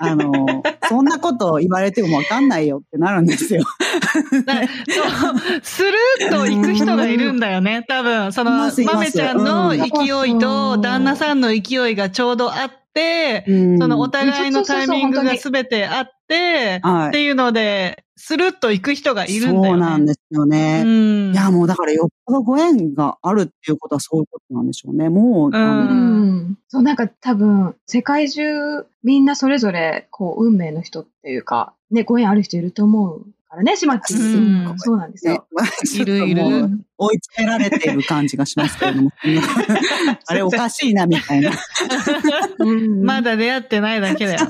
あの、そんなこと言われてもわかんないよってなるんですよ。なそうスルーッと行く人がいるんだよね、多分。その、いまますいますめちゃんの勢ういんと、旦那さんの勢いがちょうどあって、そのお互いのタイミングが全てあって、はいっていうので、スルッと行く人がいるんだよね。そうなんですよね。うんいや、もうだからよっぽどご縁があるっていうことはそういうことなんでしょうね。もう、んあのうん。そう、なんか多分、世界中、みんなそれぞれ、こう、運命の人っていうか、ね、ご縁ある人いると思うからね、島地。うんそうなんです ねよ。、いるいちょっともるう。追い詰められている感じがしますけれ ども。あれおかしいな、みたいな。いうんまだ出会ってないだけ だよ。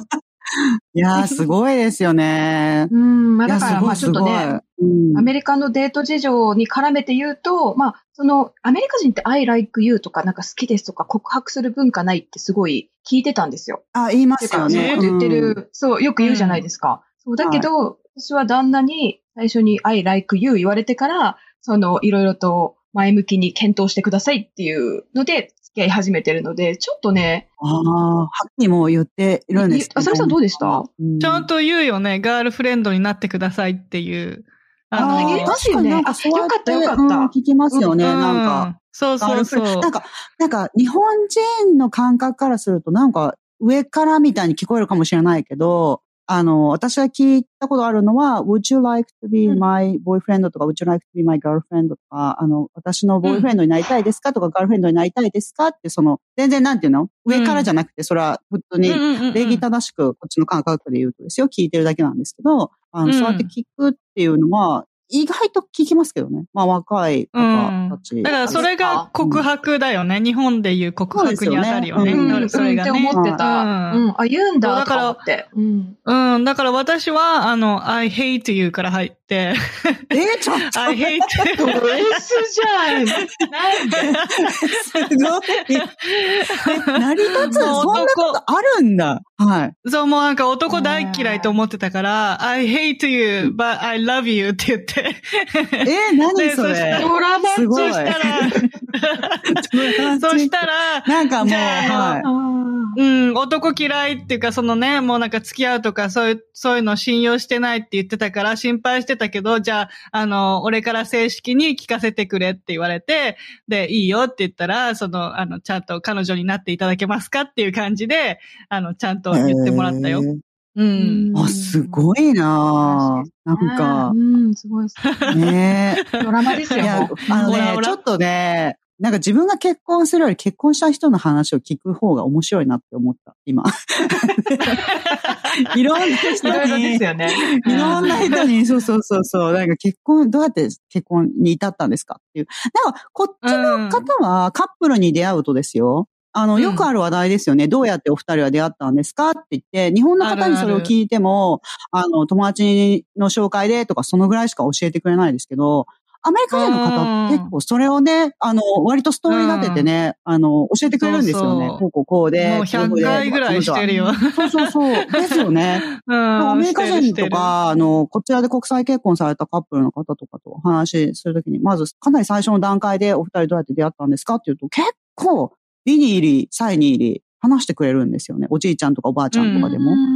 やー、すごいですよね。うん、まあいやだから、まあちすょっごといね、すごいうんアメリカのデート事情に絡めて言うと、まあ、その、アメリカ人って I like you とか、なんか好きですとか、告白する文化ないってすごい聞いてたんですよ。あ、言いまっていうすか、よそういうね。こと言ってる、うんそう、よく言うじゃないですか。そうだけど、私は旦那に最初に I like you 言われてから、その、いろいろと前向きに検討してくださいっていうので、付き合い始めてるので、ちょっとね、ああ、はっきりもう言っているんですけど。あさみさんどうでしたうんちゃんと言うよね、ガールフレンドになってくださいっていう。ああー言いますよ確かにねなんかそうやてあよかったよかったうん聞きますよね、なんか。うん。そうそうそう。なんか、なんか、日本人の感覚からすると、なんか、上からみたいに聞こえるかもしれないけど、あの、私が聞いたことあるのは、Would you like to be うん my boyfriend? とか、Would you like to be my girlfriend? とか、あの、私のボーイフレンドになりたいですかとか、ガールフレンドになりたいですかって、その、全然なんていうの上からじゃなくて、それは、本当に、礼儀正しく、こっちの感覚で言うとですよ、聞いてるだけなんですけど、あうんの、そうやって聞くっていうのは、意外と聞きますけどね。まあ、若い方たち、だからそれが告白だよね。日本でいう告白に当たるよね。そうですよねうんそれがうんっねて。思ってた。ううんん、あ、言うんそうだだ、とからか思って。うん。うん。だから私は、あの、I hate you から入 って、えー、ちょっ I hate ド S じゃんと、すごい。成り立もつ、うそんなことあるんだ。 はい。 you そう、もうなんか男大嫌いと思ってたから、I hate you, but I love you って言って。えー、何でそそしたれら。ドラマすごそい。したら、 そしたら、なんかもう、じゃはい。うん、男嫌いっていうか、そのね、もうなんか付き合うとか、そういう、そういうの信用してないって言ってたから心配してたけど、じゃあ、あの、俺から正式に聞かせてくれって言われて、で、いいよって言ったら、その、あの、ちゃんと彼女になっていただけますかっていう感じで、あの、ちゃんと言ってもらったよ。えーうん。あ、すごいなぁなんかう、ん、すごいです。ねえドラマで すいよ。やも、あのオラオね、ラちょっとね、なんか自分が結婚するより結婚した人の話を聞く方が面白いなって思った、 今。 いろんなういろ人いろでにす、よね。いろんな 人に、そうそうそうそう、なんか結婚、どうやって結婚に至ったんですかっていう。なんか、こっちうんの方はカップルに出会うとですよ、あの、よくある話題ですよね。どうやってお二人は出会ったんですかって言って、日本の方にそれを聞いても、あの、友達の紹介でとか、そのぐらいしか教えてくれないですけど、アメリカ人の方って結構それをね、あの、割とストーリー立ててね、あの、教えてくれるんですよね。そうそうこうこうこうで。もうこう100で回ぐらいしてるよ。そうそうそう。ですよね。 うん。アアメリカ人と、か、あの、こちらで国際結婚されたカップルの方とかとお話しするときに、まずかなり最初の段階でお二人どうやって出会ったんですかっていうと、結構、理に入り、際に入り、話してくれるんですよね。おじいちゃんとかおばあちゃんとかでも。うんうん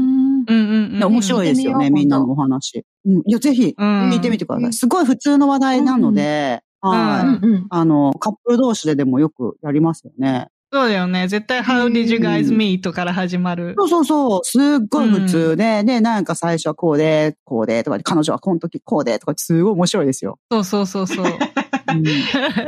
うん、うん。で面白いですよね、うんみんなのお話。うん、いや、ぜひ、うん聞いてみてくださうい。んすごい普通の話題なので、はいうんうんうん。あの、カップル同士ででもよくやりますよね。そうだよね。絶対、How did you guys meet? から始まる。そうそうそう、すっごい普通で、で、なんか最初はこうで、こうで、とかで、彼女はこの時こうで、とかってすごい面白いですよ。そうそうそうそう。うん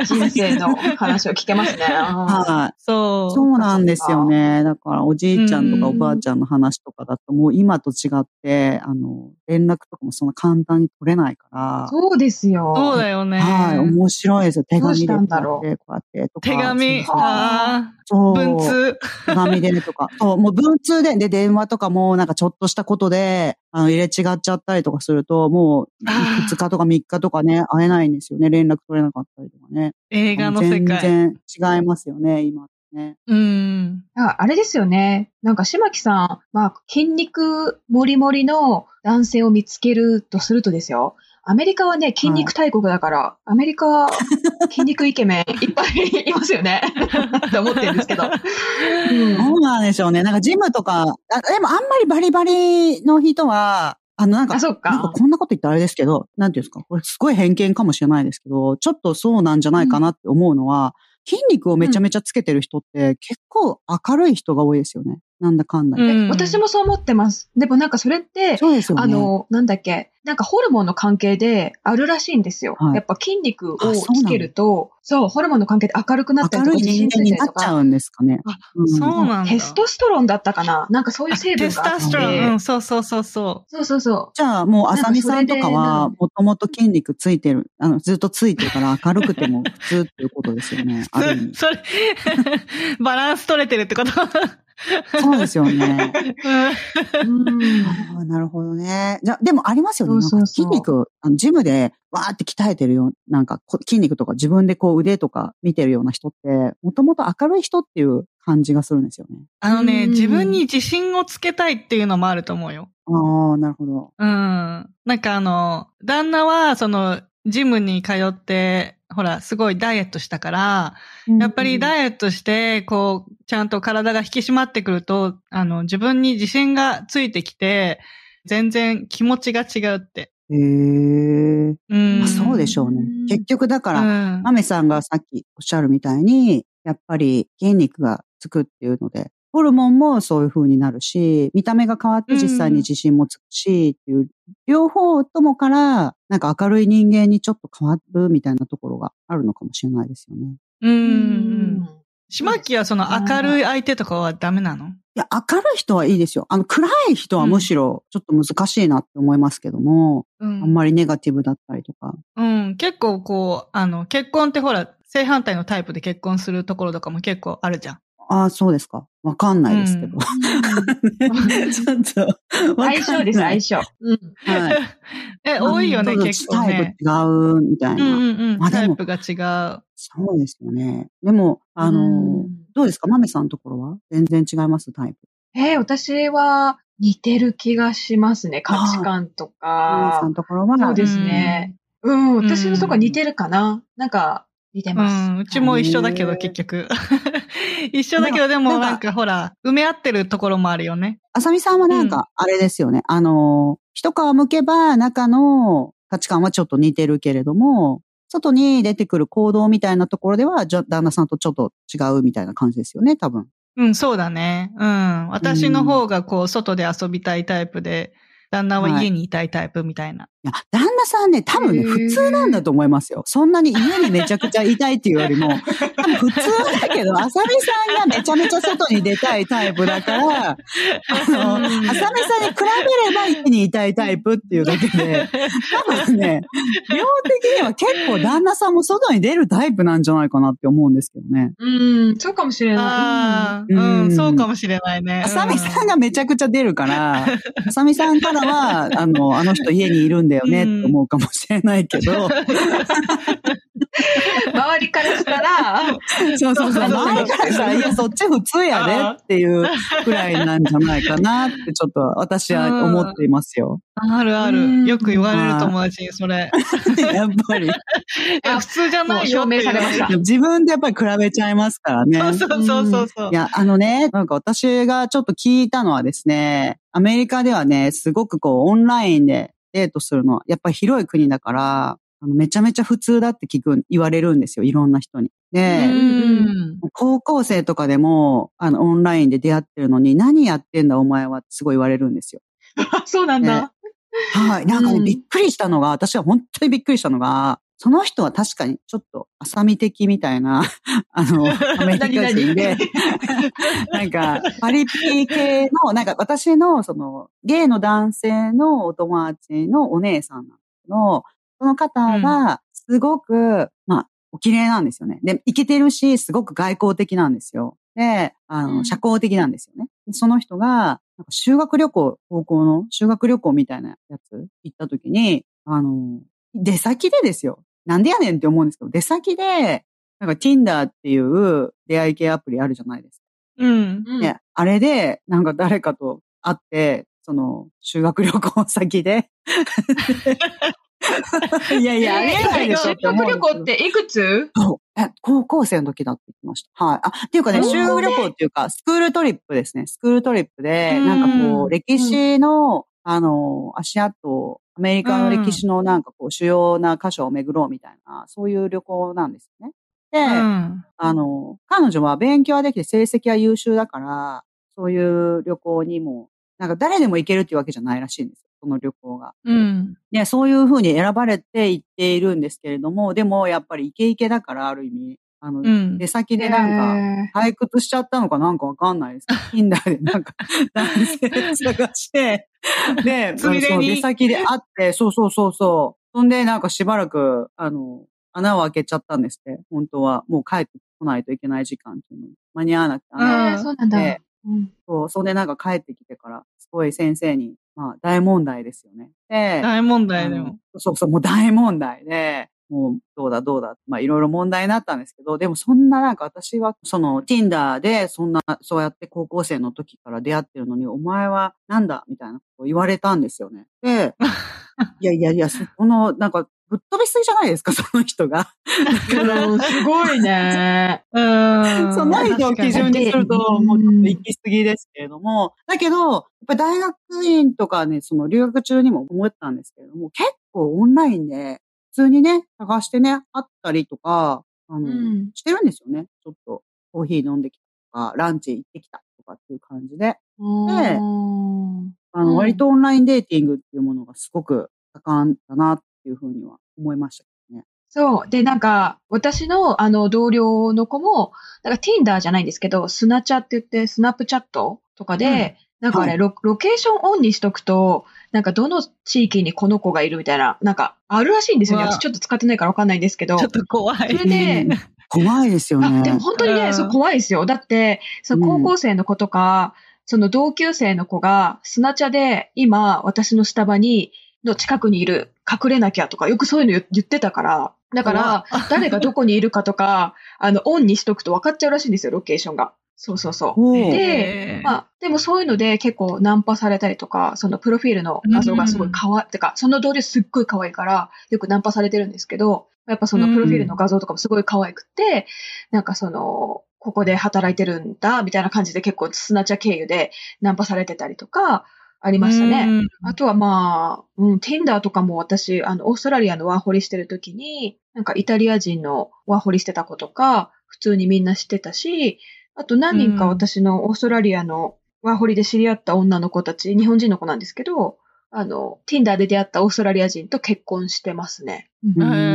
人生の話を聞け ますね。あーはい。そう。そうなんですよね。だから、おじいちゃんとかうおんばあちゃんの話とかだと、もう今と違って、あの、連絡とかもそんな簡単に取れないかそうですよ。そうだよね。ら、はい、面白いですよ。手どう紙でしたこんうだやろっうて、こうやってとか。手紙、そうあそあ、う文通。手紙でとか。そう、もう文通で、で、電話とかも、なんかちょっとしたことで、あの、入れ違っちゃったりとかすると、もう、あー2日とか3日とかね、会えないんですよね。連絡取れなかったりとかね。映画の世界。全然違いますよね、今ね。うん。ああれですよね。なんか、島木さん、まあ、筋肉もりもりの男性を見つけるとするとですよ。アメリカはね、筋肉大国だから、アメリカ、筋肉イケメンいっぱいいますよね。 と思ってるんですけど。うんそうなんでしょうね。なんかジムとか、あでもあんまりバリバリの人は、あのなんかあ、、そっなんかか。こんなこと言ったらあれですけど、なんていうんですか、これすごい偏見かもしれないですけど、ちょっとそうなんじゃないかなって思うのは、筋肉をめちゃめちゃつけてる人って結構明るい人が多いですよね。なんだかんだ で。うん私もそう思ってます。でもなんかそれって、そうですよね。あの、なんだっけ、なんかホルモンの関係であるらしいんですよ。はいやっぱ筋肉をあそうなのつけると、そうホルモンの関係で明るくなったり明とるか、い人間になっちゃうんですかね。あうんそうなんだ。テストストロンだったかななんかそういう成分テスがあタっストてロン。うん、そうそうそうそそうそうそじゃあもう、あさみさんとかは、なんかそれでもともと筋肉ついてる、あの、ずっとついてるから明るくても普通っていうことですよね。う。ある意味。それ、 バランス取れてるって ことそうですよね。うんう。うんああ、なるほどね。じゃあ、でもありますよね。そうそうなんか筋肉、あのジムでわーって鍛えてるよう、なんかこ筋肉とか自分でこう腕とか見てるような人って、もともと明るい人っていう感じがするんですよね。あのね、うん自分に自信をつけたいっていうのもあると思うよ。ああ、なるほど。うん。なんかあの、旦那は、その、ジムに通って、ほら、すごいダイエットしたから、やっぱりだダイエットして、こう、ちゃんと体が引き締まってくると、あの、自分に自信がついてきて、全然気持ちが違うって。へえ。うん。まあ、そうでしょうねうん。結局だから、うんマメさんがさっきおっしゃるみたいに、やっぱり筋肉がつくっていうので、ホルモンもそういう風になるし、見た目が変わって実際に自信もつくし、っていう、両方ともから、なんか明るい人間にちょっと変わるみたいなところがあるのかもしれないですよね。う。うん島木はその明るい相手とかはダメなのいや、明るい人はいいですよ。あの、暗い人はむしろちょっと難しいなって思いますけども、うあんん。まりネガティブだったりとか。うん。結構こう、あの、結婚ってほら、正反対のタイプで結婚するところとかも結構あるじゃん。ああ、そうですか。わかんないですけど。 ちょっと。相性です、相性。性。うん。はい。 え、多いよね、うん結構ね。タイプ違うみたいうんな。うんうん。まあでタイもプが違う。そうですよね。でも、あの、うんどうですかマメさんのところは全然違います、タイプ。えー私は似てる気がしますね。価値観とマメかさん。のところは。そうですね。うん、私のとこ似てるかな。なんか、似てうます。ん、うちも一緒だけど、へー結局。 一緒だけど、でもなんかほら、埋め合ってるところもあるよね。あさみさんはなんか、あれですよね。あの、一皮むけば中の価値観はちょっと似てるけれども、外に出てくる行動みたいなところでは、じゃ旦那さんとちょっと違うみたいな感じですよね、多分。うん、そうだね。うん。私の方がこう、外で遊びたいタイプで、旦那は家にいたいタイプみたいな。いや、旦那さんね、多分ね、へー普通なんだと思いますよ。そんなに家にめちゃくちゃいたいっていうよりも、多分普通だけど、あさみさんがめちゃめちゃ外に出たいタイプだから、あの、あさみさんに比べれば家にいたいタイプっていうだけで、多分ね、量的には結構旦那さんも外に出るタイプなんじゃないかなって思うんですけどね。うん、そうかもしれなああ、うんう、うんんそうかもしれないね。あさみさんが、がめちゃくちゃ出るから、あさみさんからは、あの、あの人家にいるんだよねって思うかもしれないけど、い。周りからした ら、そうそ そうそうそう。うそう前からしたら、いや、そっち普通やでっていうくらいなんじゃないかなって、ちょっと私は思っていますよ。あるあうんる。よく言われる友達にそれ。 やっぱり。いや普通じゃもなういよっ証てい明う。されました。自分でやっぱり比べちゃいますからね。そうそうそうそうそうい。や、あのね、なんか私がちょっと聞いたのはですね、アメリカではね、すごくこう、オンラインでデートするのは、やっぱり広い国だから、あのめちゃめちゃ普通だって聞く、言われるんですよ。いろんな人に。で、うん。高校生とかでも、あの、オンラインで出会ってるのに、何やってんだお前はってすごい言われるんですよ。 そうなんだ。はい。なんかね、うんびっくりしたのが、私は本当にびっくりしたのが、その人は確かにちょっと浅見的みたいな、 あの、アメリカ人 で、なんか、パリピ系の、なんか私の、その、ゲイの男性のお友達のお姉さんなんですけど、その方が、すごく、まあ、お綺麗なんですよね。で、イケてるし、すごく外交的なんですよ。で、あうの、ん社交的なんですよね。でその人が、なんか修学旅行、高校の修学旅行みたいなやつ行った時に、あの、出先でですよ。なんでやねんって思うんですけど、出先で、なんか Tinder っていう出会い系アプリあるじゃないですうか。ん。うんね、あれで、なんか誰かと会って、その、修学旅行先 で。いやいや、ありえないでしょ修って思うん学です旅けど。行っていくつそう。え、高校生の時だって言ってました。はい。あ、っていうかね、高校修で学旅行っていうか、スクールトリップですね。スクールトリップで、うんなんかこう、歴史の、あの、足跡、アメリカの歴史のなんかこう、主要な箇所を巡ろうみたいな、そういう旅行なんですよね。で、うん。あの、彼女は勉強はできて成績は優秀だから、そういう旅行にも、なんか誰でも行けるっていうわけじゃないらしいんですよ、その旅行が。うん。ね、そういうふうに選ばれて行っているんですけれども、でもやっぱりイケイケだから、ある意味、あの、うん出先でなんか、退屈しちゃったのかなんかわかんないですけど、 ヒンダーでなんか、男性探して、で、ついでにそう出先で会って、そうそうそうそう。そんで、なんかしばらく、あの、穴を開けちゃったんですって、本当は。もう帰ってこないといけない時間っていうのに間に合わなくて、う穴んを開えーそうなんだ。 ねうんけそう、そんでなんか帰ってきてから、すごい先生に、まあ、大問題ですよね。で、大問題であも。のそうそう、もう大問題で、もうどうだどうだ、まあいろいろ問題になったんですけど、でもそんななんか私は、その Tinder でそんな、そうやって高校生の時から出会ってるのに、お前はなんだみたいなことを言われたんですよね。で、いやいやいや、そこの、なんか、ぶっ飛びすぎじゃないですか、その人が。すごい ね。うん。そのない人を基準にすると、うんもうちょっと行き過ぎですけれども、だけど、やっぱり大学院とかね、その留学中にも思ったんですけれども、結構オンラインで、普通にね、探してね、会ったりとか、あの、うんしてるんですよね。ちょっと、コーヒー飲んできたとか、ランチ行ってきたとかっていう感じで、うんあの、うん割とオンラインデーティングっていうものがすごく盛んだなっていうふうには思いましたけどね。そう。で、なんか、私の、あの、同僚の子も、なんか Tinder じゃないんですけど、スナチャって言って、スナップチャットとかで、なんかあはれ、ロ、ロケーションオンにしとくと、なんかどの地域にこの子がいるみたいな、なんかあるらしいんですよね。うわ私ちょっと使ってないからわかんないんですけど。ちょっと怖い。それでうん怖いですよね。あ、でも本当にうね、んそう怖いですよ。だって、そのうん高校生の子とか、その同級生の子が、スナチャで今、私のスタバに、の近くにいる、隠れなきゃとか、よくそういうの言言ってたから、だから、誰がどこにいるかとか、あの、オンにしとくと分かっちゃうらしいんですよ、ロケーションが。そうそうそう。おうでえーまあ、でもそういうので結構ナンパされたりとか、そのプロフィールの画像がすごい可愛い、てか、その同僚すっごい可愛いから、よくナンパされてるんですけど、やっぱそのプロフィールの画像とかもすごい可愛くて、なんかその、ここで働いてるんだ、みたいな感じで結構スナチャ経由でナンパされてたりとか、ありましたね。うんあとはまあ、うん、Tinder とかも私、あの、オーストラリアのワーホリしてる時に、なんかイタリア人のワーホリしてた子とか、普通にみんな知ってたし、あと何人かうん私のオーストラリアのワーホリで知り合った女の子たち、日本人の子なんですけど、あの、Tinder で出会ったオーストラリア人と結婚してますね。うえー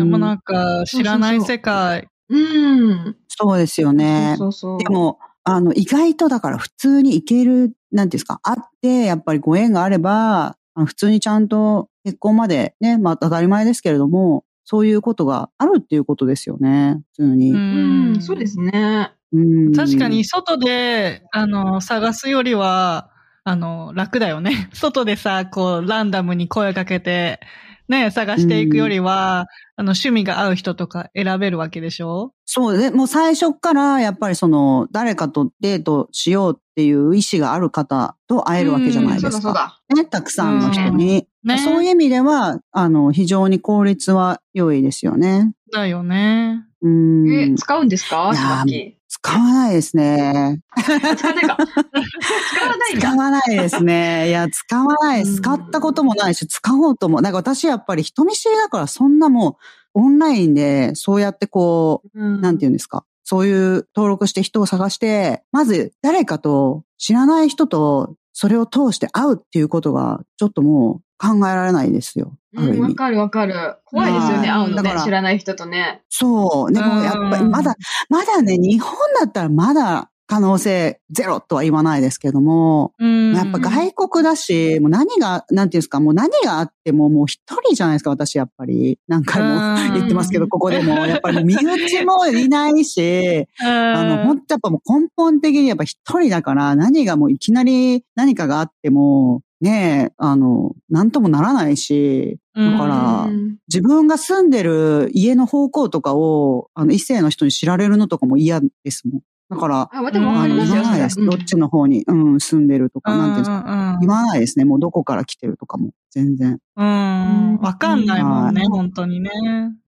ー、んもうなんか知らない世界。うん。そうですよね。そうそうでそう。も、あの、意外とだから普通に行ける、なんていうんですか、あって、やっぱりご縁があれば、あの普通にちゃんと結婚までね、まあ当たり前ですけれども、そういうことがあるっていうことですよね、普通うに。うんん、そうですね。うん確かに、外で、あの、探すよりは、あの、楽だよね。 外でさ、こう、ランダムに声かけて、ね、探していくよりは、あの、趣味が合う人とか選べるわけでしょそうで、もう最初からやっぱりその、誰かとデートしようっていう意思がある方と会えるわけじゃないそでうだすそうか。だ。ね、たくさんの人に。ね。そういう意味では、あの、非常に効率は良いですよね。だよね。うん。え、使うんですかいやーさっき。使使わないですね。使わない か。使わないん使だ。わないですね。いや、使わなうい。ん使ったこともないし、使おうとも。なんか私やっぱり人見知りだから、そんなもう、オンラインで、そうやってこう、ななんて言うんですか。そういう登録して人を探して、まず誰かと、知らない人と、それを通して会うっていうことが、ちょっともう考えられないですよ。ある意味わかるわかる。怖いですよね、はい会うのだねか。ら知らない人とね。そう。でもやっぱりまだ、まだね、日本だったらまだ可能性ゼロとは言わないですけども、うんやっぱ外国だし、もう何が、なんていうんですか、もう何があってももう一人じゃないですか、私やっぱり。何回も言ってますけど、ここでも。やっぱり身内もいないし、あの、本当やっぱもう根本的にやっぱ一人だから、何がもういきなり何かがあっても、ねえ、あの、なんともならないし、だかあらうん自分が住んでる家の方向とかを、あの、異性の人に知られるのとかも嫌ですもん。だから、あ、でもあわかりの、言ますよ、わないれです。どっちの方に、うん、住んでるとか、なんていうんですか。か言わないですね。もうどこから来てるとかも、全然。うん。わかんないもんね、うん本当にね。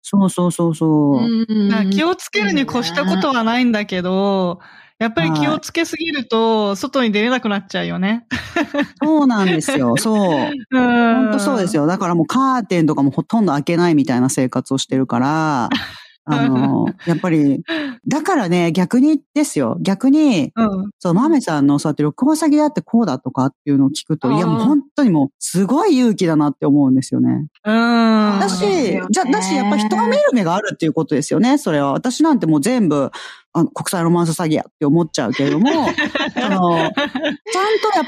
そうそうそうそう。うんだから気をつけるに越したことはないんだけど、やっぱり気をつけすぎると、外に出れなくなっちゃうよね。そうなんですよ。そう。 本本当そうですよ。よ。だからもうカーテンとかもほとんど開けないみたいな生活をしてる から、あの、やっぱり、だからね、逆にですよ。逆に、うん。そう、マメさんのそうやって旅行先であってこうだとかっていうのを聞くと、いやもう本当にもう、すごい勇気だなって思うんですよね。うん。だ私し、そうですよねじゃ、だし、やっぱ人を見る目があるっていうことですよね、それは。私なんてもう全部、あの、国際ロマンス詐欺やって思っちゃうけれども、あの、ちゃんとやっ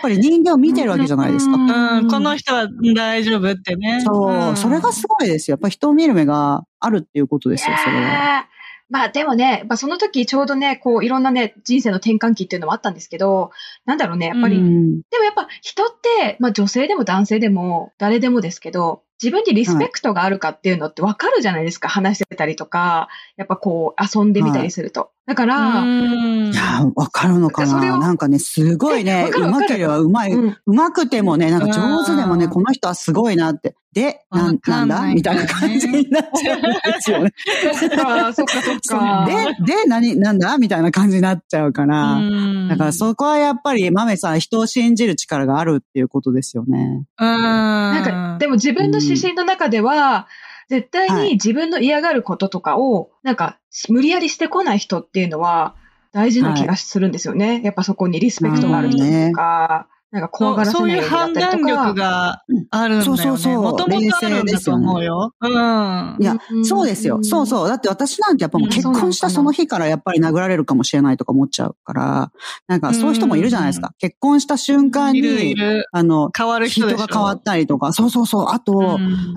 ぱり人間を見てるわけじゃないですか。うん、この人は大丈夫ってね。そう、んそれがすごいですよ。やっぱ人を見る目があるっていうことですよ、それは。ねえまあでもね、まあ、その時ちょうどね、こういろんなね、人生の転換期っていうのもあったんですけど、なんだろうね、やっぱり、ううん。でもやっぱ人って、まあ女性でも男性でも誰でもですけど、自分にリスペクトがあるかっていうのってわかるじゃないですか、話してたりとか、やっぱこう遊んでみたりすると。だかうら、んいやー、わかるのかそれなをなんかね、すごいえねわ、かうるわかるまければうまい。ううんまくてもね、なんか上手でもね、うんこの人はすごいなって。で、なわんかなんんないだみたいな感じになっちゃうんですよね。そっか、そっか、そっそうか。で、 で、何、なんだみたいな感じになっちゃうから。うんだからそこはやっぱり、マメさん、人を信じる力があるっていうことですよね。うん。ななんか、でも自分の指針の中では、絶対はにい自分の嫌がることとかを、なんか、無理やりしてこない人っていうのは、大事な気がするんですよね。やっぱそこにリスペクトがある人とか、なんか怖がらせそうないいうようにだ判ったりとか。断力があるんだよそうね。そうそうもともとあるんだと思うよ。うん。いや、うんそうですよ。そうそう。だって私なんてやっぱもううん結婚したその日からやっぱり殴られるかもしれないとか思っちゃうから、なんかそういう人もいるじゃないですか。結婚した瞬間いるいに、る。あの、変わる人人でしょが変わったりとか、そうそうそう。あうと、ん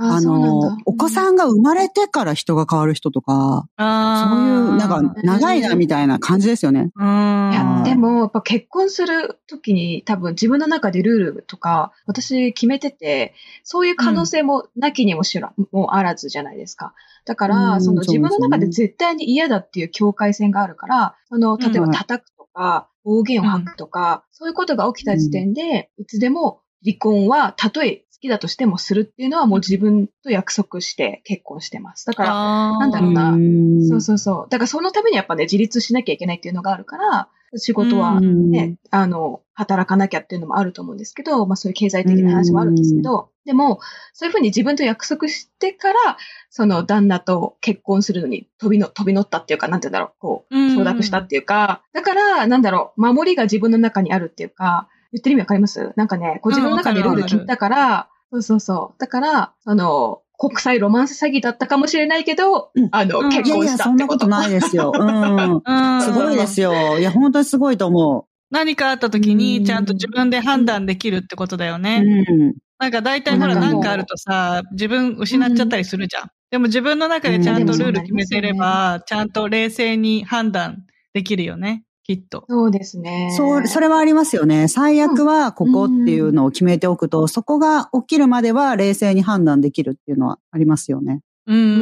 ああそうなんのだ、お子さんが生まれてから人が変わる人とか、そういあーう、なんか長いなみたいな感じですよね。うん。いやは、いでも、やっぱ結婚するときに多分自分の中でルールとか、私決めてて、そういう可能性もなきにもしら、もあらずじゃないですか。だから、うんそのそうです自ね分の中で絶対に嫌だっていう境界線があるから、その、例えばうん叩くとか、暴言を吐くとか、そういうことが起きた時点で、いつでも離婚は、たとえ好きだとしてもするっていうのはもう自分と約束して結婚してます。だから、あーなんだろうなうんそうそうそう。だからそのためにやっぱね、自立しなきゃいけないっていうのがあるから、仕事はうんね、あの、働かなきゃっていうのもあると思うんですけど、まあそういう経済的な話もあるんですけど、でも、そういうふうに自分と約束してから、その旦那と結婚するのに飛びの、飛び乗ったっていうか、なんて言うんだろう、こう、うん承諾したっていうか、だから、なんだろう、守りが自分の中にあるっていうか、言ってる意味わかりますなんかね、こう自分の中でルール決めたから、そうそうそう。だから、その、国際ロマンス詐欺だったかもしれないけど、うんあうの、ん結いやい婚や、したそっんてなこ。こととないですよ。うん。うんすごいですよ。いや、本当にすごいと思何かあった時に、ちゃんと自分で判断できるってことだよう。ね。うん。なんか大体ほら、ななんかもうんかあるとさ、自分失っちゃったりするじゃん。でも自分の中でちゃんとルール決めてれば、ちゃんと冷静に判断できるよね。きっと。 そうですね。そう、それはありますよね。最悪はここっていうのを決めておくと、そこが起きるまでは冷静に判断できるっていうのはありますよね。う。うん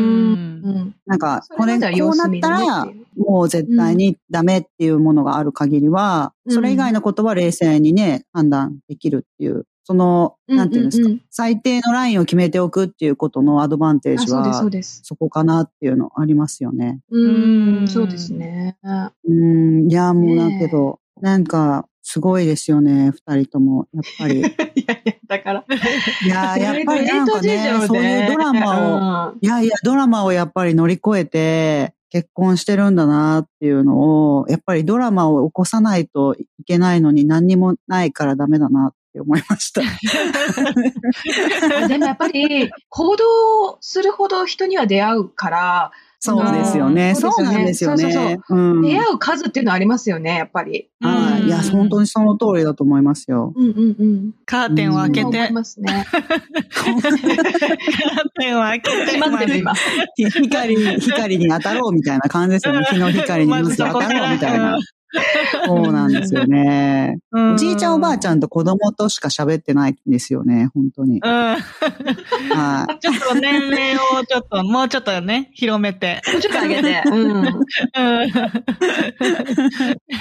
ん。なんか、そこれれ、まではこ様うな子っ見たるねっらていう、もう絶対にダメっていうものがある限りは、うんそれ以外のことは冷静にね、判断できるっていう、その、なんていうんですか、んん最低のラインを決めておくっていうことのアドバンテーあジそうです、そはう、です。そこかなっていうのありますよね。うん、そうですね。うん、いや、もうだねえけど、なんか、すごいですよね、二人とも、やっぱり。いやいや、だから。いやー、やっぱ りなんかそれと JJ ね、もそういうドラマを、うんいやいや、ドラマをやっぱり乗り越えて、結婚してるんだなっていうのを、やっぱりドラマを起こさないといけないのに何にもないからダメだなって思いま した。あでもやっぱり、行動するほど人には出会うから、そうですよね。そそううですよねなんですよね。そうそううん出会う数っていうのはありますよね、やっぱり。はい。いうや、ん本当にその通りだと思います よ。うんうんうん。カーテンを開けそう思てい、ますね。カーテンを開けて。閉まってる今。光に、光に当たろうみたいな感じですよね。日の光に当たろうみたいな。そうなんですよね。うんおじいちゃんおばあちゃんと子供としか喋ってないんですよね、本当うに。ん。はい。ちょっと年齢をちょっと、もうちょっとね、広めて。ちょっと上げて。うん。うん。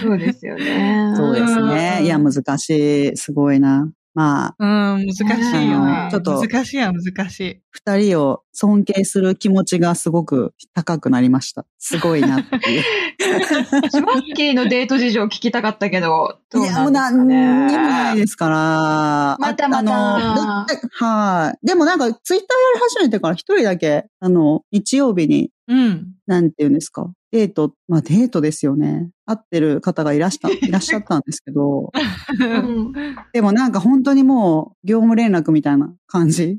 そうですよね。そうですね。いや、難しい。すごいな。まあ、うん、難しいよねあの。ちょっと難しいや、難しい。二人を尊敬する気持ちがすごく高くなりました。すごいなって いう。シュワッキーのデート事情聞きたかったけど、どういや、もうな何んにもですなかいね。ですから。またまたああのだってはい。でもなんか、ツイッターやり始めてから一人だけ、あの、日曜日に、うん。なんていうんですか、デート、まあデートですよね。会ってる方がいら した、いらっしゃったんですけど、うんでもなんか本当にもう、業務連絡みたいな感じ。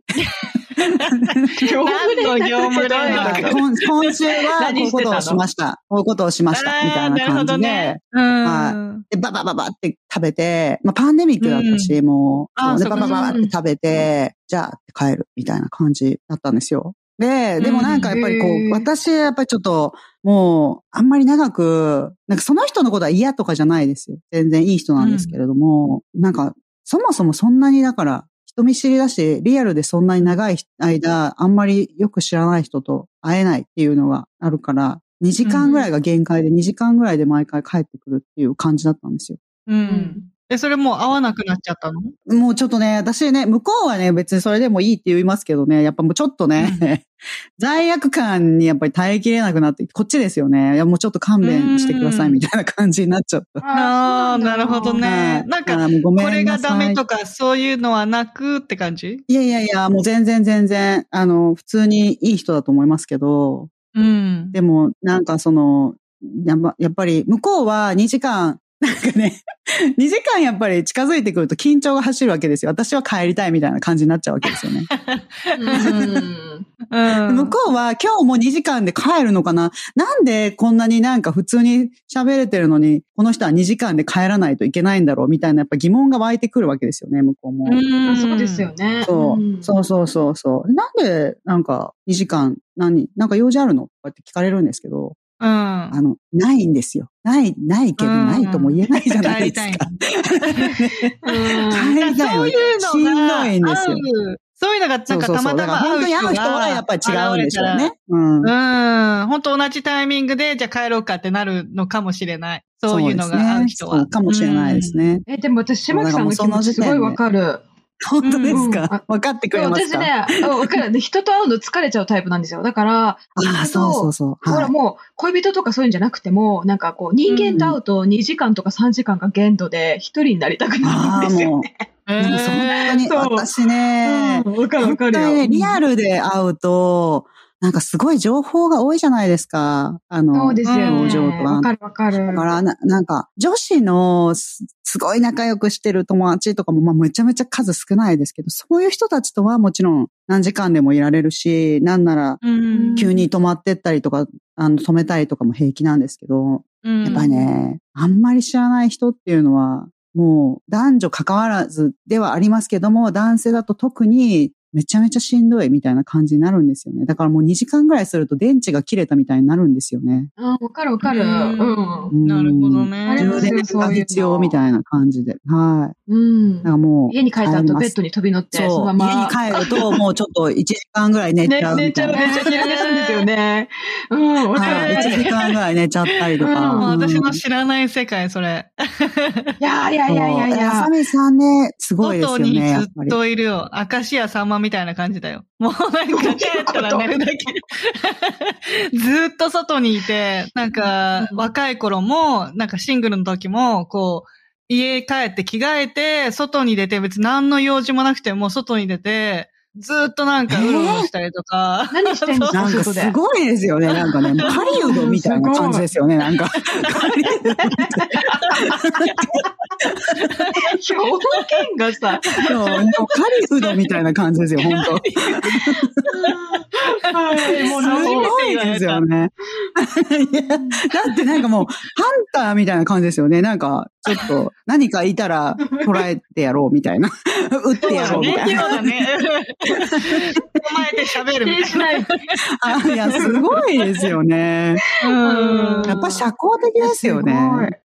業務連絡何の業務連絡なんか今今週 はこういうことをしました。こういうことをしました。みたいな感じで、うん。はで、ババババって食べて、まあ、パンデミックだったし、もう、あーでそっバかバババって食べて、じゃあ帰るみたいな感じだったんですよ。で、でもなんかやっぱりこう、うんへー私やっぱりちょっと、もう、あんまり長く、なんかその人のことは嫌とかじゃないですよ。全然いい人なんですけれども、なんか、そもそもそんなにだから、人見知りだし、リアルでそんなに長い間、あんまりよく知らない人と会えないっていうのがあるから、2時間ぐらいが限界で、2時間ぐらいで毎回帰ってくるっていう感じだったんですよ。うん。え、それもう会わなくなっちゃったのもうちょっとね、私ね、向こうはね、別にそれでもいいって言いますけどね、やっぱもうちょっとね、 罪悪感にやっぱり耐えきれなくなって、こっちですよね。いや、もうちょっと勘弁してくださいみたいな感じになっちゃった。ああ、そうなるほどね。はいなんか、あーもうごめんこれがなダさメいとか、そういうのはなくって感じいやいやいや、もう全然全然、あの、普通にいい人だと思いますけど、うん。でも、なんかその、やっぱやっぱり向こうは2時間、なんかね、2時 間やっぱり近づいてくると緊張が走るわけですよ。私は帰りたいみたいな感じになっちゃうわけですよね。うんうん。向こうは今日も2時間で帰るのかななんでこんなになんか普通に喋れてるのに、この人は2時間で帰らないといけないんだろうみたいなやっぱ疑問が湧いてくるわけですよね、向こうも。んそうですよ。ね。そんう。そうそうそうそう。なんで、なんか、2時間、何、なんか用事あるのとかって聞かれるんですけど、うん。あの、ないんですよ。ない、ないけど、うんないとも言えないじゃない帰でりすかたい。 の。うん帰りたいそのうにいうしんどのがいんですよ。合うそういうのが、なんそうかそうたそまう。だたからま合本う当に会う人はやっぱり違うんでしょうね。うん現れた。ら。うん。本当同じタイミングで、じゃあ帰ろうかってなるのかもしれない。そういうのが合う人は。そうですねそうかもしれないですね。え、でも私、島木さんの気持ちすごいわかる。本当ですか、うんあ分かってくれます私か、ね、あわかる。で人と会うの疲れちゃうタイプなんですよ。だから、ああ、そうそうそう。ほらはい。もう恋人とかそういうんじゃなくても、なんかこう人間と会うと2時間とか3時間が限度で一人になりたくなあるんあ、ですよ。もうう、ん。でもそんなに、そう私ね、うんわかるわ本か当るによ。ね、リアルで会うと、なんかすごい情報が多いじゃないですか。あの、そうですよ表ね。情とわかかるわかる。だからな、なんか、女子のすすごい仲良くしてる友達とかも、まあ、めちゃめちゃ数少ないですけど、そういう人たちとはもちろん何時間でもいられるし、なんならうん。急に止まってったりとか、あの、止めたりとかも平気なんですけど、うんやっぱりね、あんまり知らない人っていうのは、もう男女関わらずではありますけども、男性だと特にめちゃめちゃしんどいみたいな感じになるんですよね。だからもう2時間ぐらいすると電池が切れたみたいになるんですよね。あーわかるわかる。ううんん。うんなるほどね。あれも充す電るが必要みたいな感じで。はうい。だんからもう。家に帰った帰り後ますベッドに飛び乗って、そそのう。まま。家に帰るともうちょっと1時間ぐらい寝ちねゃう寝みちたゃ、いうな。寝ちゃう、昼寝するんですよね。うん、わかはい。るわか1時る。間ぐらい寝ちゃったりとか。うんもううん私の知らない世界、それ。いやいやいやいやいそうやサ。ミさんね、すごいですよ外にね、やずっっぱり。といるよ。明石家さんまみたいな感じだよ。もうなんか帰った ら寝るだけ。 ずっと外にいて、なんかうん若い頃も、なんかシングルの時も、こう、家帰って着替えて、外に出て、別に何の用事もなくて、もう外に出て、ずっとなんかうろうろしたりとか。何してんのなんか外ですごいですよね。なん かね、もう狩人みたいな感じですよね。なんか、狩人兵庫県がさ、そうでも狩人みたいな感じですよ、本当。はいもうす何ごいですよね。いや、だってなんかもう、ハンターみたいな感じですよね。なんか、ちょっと、何かいたら捕らえてやろうみたい な。撃ってやろうみたいな。だ ね。捕まえて喋るみ否定た しいな。ない。あいや、すごいですよね。うんやっぱ社交的ですよね。。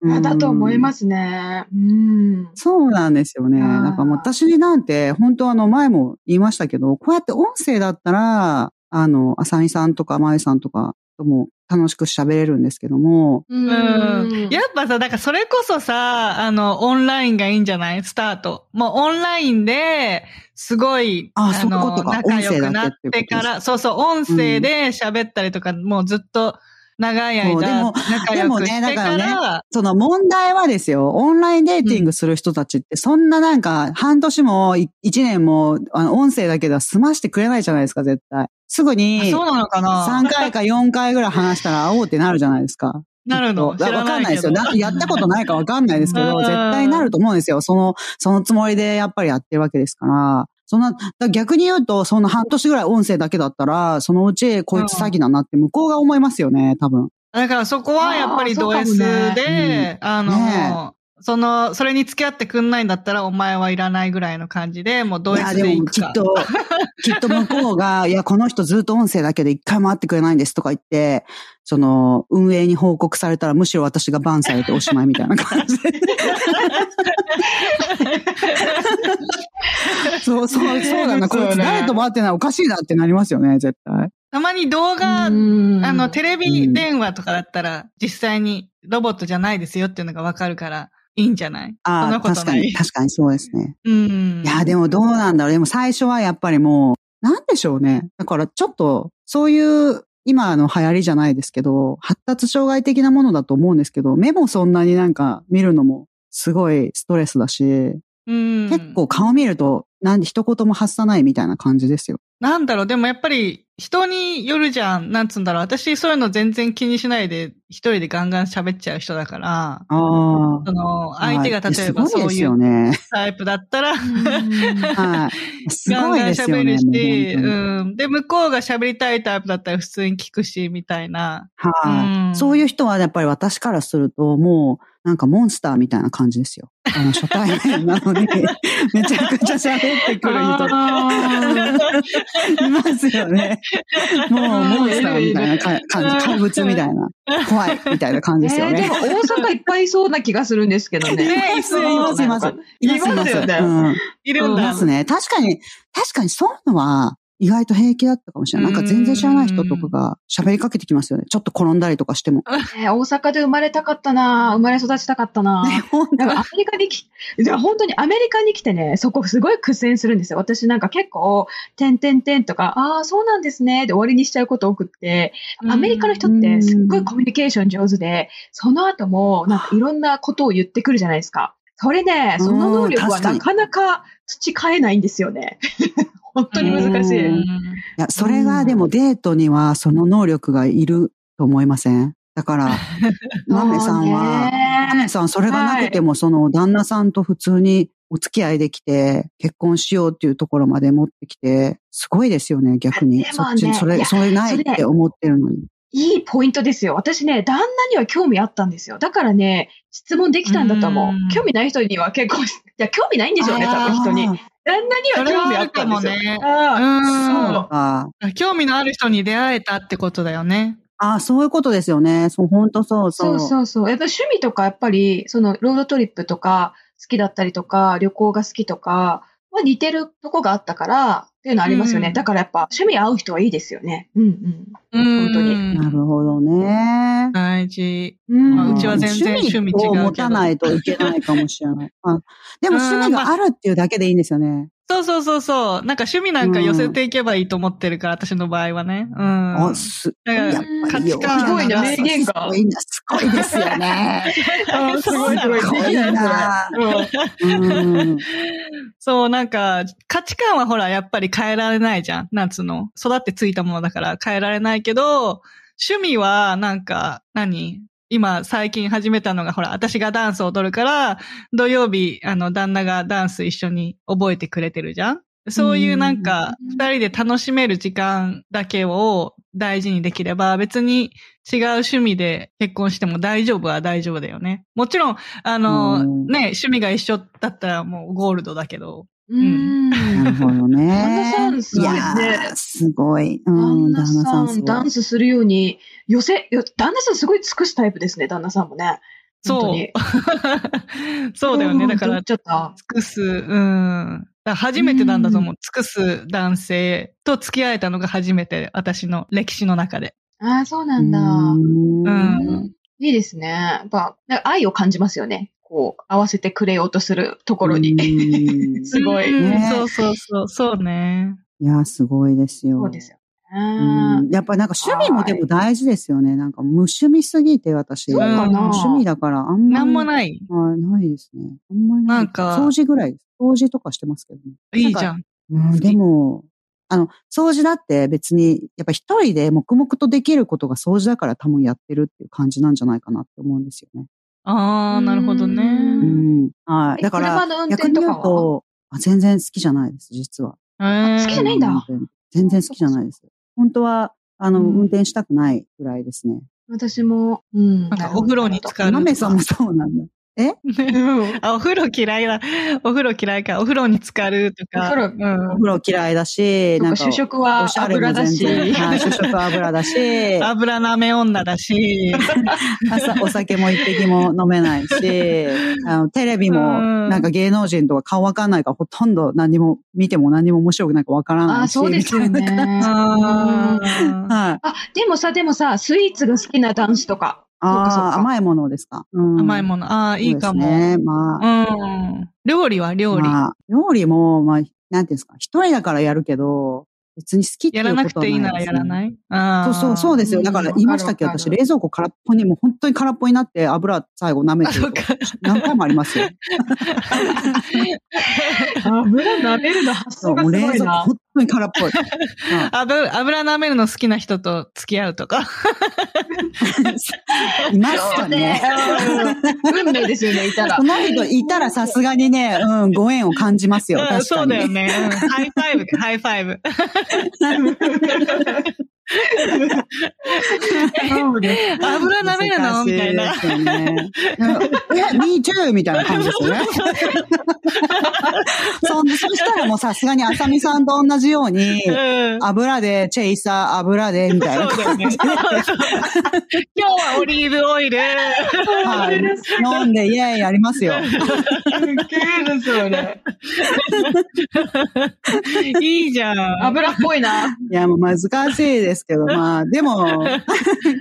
すごいあだと思いますすね。うん。そうなんですよね。あーなんかもう私なんて、本当あの前も言いましたけど、こうやって音声だったら、あの、浅井さんとかまゆさんとかとも楽しく喋れるんですけども、ううんやっぱさ、だからそれこそさ、あの、オンラインがいいんじゃないスタート。もうオンラインで、すごい、あそういうことの、か仲良くなっ音声だけっててことでかすら、そうそう、音声で喋ったりとか、もうずっと長いそうで間、も仲良くしてかでもねだら、その問題はですよ、オンラインデーティングする人たちって、そんななんか、半年もい一年も、あの、音声だけでは済ましてくれないじゃないですか、絶対。すぐあに、そうなのかな3回か4回ぐらい話したら会おうってなるじゃないですか。なるのき知っとわらわかなんいないけですよ。ど。なやったことないからわかんないですけ ど、うん絶対なると思うんですよ。その、そのつもりでやっぱりやってるわけですから。そんな、だから逆に言うと、その半年ぐらい音声だけだったら、そのうち、こいつ詐欺だなって向こうが思いますよね、多分。だからそこはやっぱりド S あーそうかもで、あの、ねえもうその、それに付き合ってくんないんだったら、お前はいらないぐらいの感じで、もうドいや S でで行もくきかっ。と、 きっと向こうが、いや、この人ずっと音声だけで一回も会ってくれないんですとか言って、その、運営に報告されたらむしろ私がバンされておしまいみたいな感 じで。そう、そう、そうだな、こいつ誰とも会ってないおかしいなってなりますよね、絶対。たまに動画、うんあの、テレビ電話とかだったら、実際にロボットじゃないですよっていうのがわかるから、いいんじゃないそんあなあ、こと確かないに、。確かにそうですね。うん。いや、でもどうなんだろう。でも最初はやっぱりもう、なんでしょうね。だからちょっと、そういう、今の流行りじゃないですけど、発達障害的なものだと思うんですけど、目もそんなになんか見るのもすごいストレスだし、うん、結構。顔見ると、なんで一言も発さないみたいな感じですよ。なんだろう、でもやっぱり、人によるじゃん。なんつうんだろう。私、そういうの全然気にしないで、一人でガンガン喋っちゃう人だから、ああ。その、相手が例えばはいすそごいでうすいようね。タイプだったら、 はい。すガンごいガンですよ喋ね。るもし、う本当にうん。で、向こうが喋りたいタイプだったら普通に聞くし、みたいな。はい、うんそういう人はやっぱり私からすると、もう、なんかモンスターみたいな感じですよ。あの、初対面なのに、めちゃくちゃ喋ってくる人。 いますよね。もう、モンスターみたいなか感じ、怪物みたいな、怖いみたいな感えじですよーでねも。大阪いっぱいいそうな気がするんですけど ね。ねいそういますいますえーいますいいますよねうんいるんいだ。ますね。確かに、確かにそういうのは、意外と平気だったかもしれない。なんか全然知らない人とかが喋りかけてきますよね。ちょっと転んだりとかしても。ね大阪で生まれたかったな生まれ育ちたかったなね、ほんとなんかアメリカにき、じゃあ本当にアメリカに来てね、そこすごい苦戦するんですよ。私なんか結構、てんてんてんとか、ああ、そうなんですね、で終わりにしちゃうこと多くって、アメリカの人ってすっごいコミュニケーション上手で、その後もなんかいろんなことを言ってくるじゃないですか。それね、その能力うんは確かになかなか培えないんですよね。 本当に難しうい。んいや、それがでもデートにはその能力がいると思いませんだ から、マメさんは、マメは、さんそれがなくてもその旦那さんと普通にお付き合いできて、結婚しようっていうところまで持ってきて、すごいですよね、逆に。でそっもねちに、そいれ、やそれないって思ってるのに。いいポイントですよ。私ね、旦那には興味あったんですよ。だからね、質問できたんだと思うんう。興味ない人には結 構、いや、興味ないんでしょうね、多分人に。あー。旦那にそはれ興は味ああるったかんでもすよ。ね。あうんそうあ興味のある人に出会えたってことだよね。あー、そういうことですよね。そう、本当そうそ。そううそうそう。やっぱ趣味とか、やっぱり、その、ロードトリップとか、好きだったりとか、旅行が好きとか、まあ似てるとこがあったから、っていうのありますよね。うんだからやっぱ趣味合う人はいいですよね。うんうん。本当に。なるほどね。大事。うんまあうちは全然趣味違うけどを持たないといけないかもしれない。あでも趣味があるっていうだけでいいんですよね。そうそうそうそう。なんか趣味なんか寄せていけばいいと思ってるから、私の場合はね。うん。あ、す、だからやっぱり価値よ観すごいね名言がすごいな、すごいですよね。 あすごいすごいすごいな。うん。そう、なんか、価値観はほら、やっぱり変えられないじゃん。なんつうの。育ってついたものだから変えられないけど、趣味は、なんか、何今、最近始めたのが、ほら、私がダンスを踊るから、土曜日、あの、旦那がダンス一緒に覚えてくれてるじゃんそういうなんか、うん二人で楽しめる時間だけを大事にできれば、別に違う趣味で結婚しても大丈夫は大丈夫だよね。もちろん、あの、うんね、趣味が一緒だったらもうゴールドだけど。うん。なるほどね。旦那さんすごいねやーすごい。うん、旦那旦那ささんすん、ごダいン。スするように、寄せ、よ旦那さんすごい尽くすタイプですね、旦那さんもね。そう。 そうだよね。だから、尽ちょっと。くす、うん。だから初めてなんだと思う。尽くす男性と付き合えたのが初めて、私の歴史の中で。ああ、そうなんだ。うん。いいですね。やっぱ、なんか愛を感じますよね。こう、合わせてくれようとするところに。うんすごいうんねそうそうそう、そうね。いやー、すごいですよ。そうですよね。うんやっぱりなんか趣味もでも大事ですよね。なんか無趣味すぎて私。そうかな趣味だからあんまり。なんもない。はい、ないですね。あんまりなんか掃除ぐらいです。掃除とかしてますけどね。いいじゃん。うん、でも、あの、掃除だって別に、やっぱ一人で黙々とできることが掃除だから多分やってるっていう感じなんじゃないかなって思うんですよね。ああ、なるほどね。ううんん。はい。だから車、の運逆転にと言かうはと、あ全然好きじゃないです、実は。えー好きじゃないんだうん。全然好きじゃないです。本当は、あの、うん運転したくないぐらいですね。私も、うん。なんかお風呂に浸う。かる。マメさんもそうなんだ。うん。 あ、お風呂嫌いだ。お風呂嫌いか。お風呂に浸かるとか。お風お呂。風呂嫌いだし、ななんんかか、主食はおしゃれ油もだ全し。然。はい主食は油だ しうん。、油舐め女だし。朝お酒も一滴も飲めない し、あのテレビもうんなんか芸能人とか顔わかんないからほとんど何も見ても何も面白くなんかわからあなあ、いし。そうですよね。あみたいーな。はい。あ、でもさ、でもさ、スイーツが好きな男子とか。そうかそうああ、か甘いものですか。うん甘いもの。ああ、いいかそうも。ですね。まうあ、ん。料理は料理。まあ料理も、まあ、なんていうんですか、一人だからやるけど、別に好きっていやうことらなくはないですねていいならやらない。あそあ。うそう、そうですよ。だから言いましたっけ、うんわか私、る冷蔵庫空っぽに、もう本当に空っぽになって油最後舐めあてそるうとかか。何回もありますよ。油舐めるの発そう、想がもうすご冷蔵い庫な。本当に空っぽい。はい油、油舐めるの好きな人と付き合うとか。いますかね。うん運命ですよね、いたらそ。の人いたらさすがにね、うん、ご縁を感じますよ。確かうんに。そうだよね。うんハイファイブ、ハイファイブ。そうです 油舐めるのみたいな難。しですよね。うんいや、me too! みたいな感じですよね。そんそしたらもうさすがにあさみさんと同じように、うん油で、チェイサー、油で、みたいそうなだよ感ね。じで。今日はオリーブオイル。はい。飲んで、イエーイやりますよ。げえですよね。 いいじゃん。油っぽいな。いや、もう難しいですけど、まあ、で も、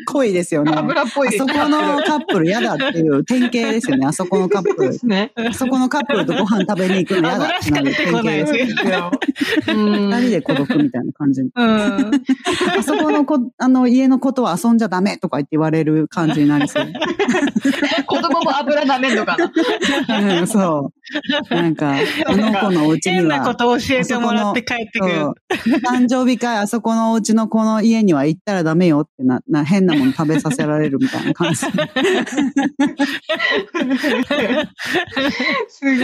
恋ですよね。あ油っぽいですそ。このカップル嫌だっていう典型ですよね。あそこのカップルで。すね。あそこのカップルとご飯食べに行くの嫌だってなる典型ですよね。うん二人で孤独みたいな感じ。うん。あそこのこ、あの、家のことは遊んじゃダメとか言って言われる感じになり そう。子供も油舐めんのかな。うん、そう。なんか、あの子のお家変になこは。と教えてもらって帰ってくるそ。う誕生日会、あそこのお家のこの家には行ったらダメよってな、 な変なもの食べさせられるみたいな感じ。す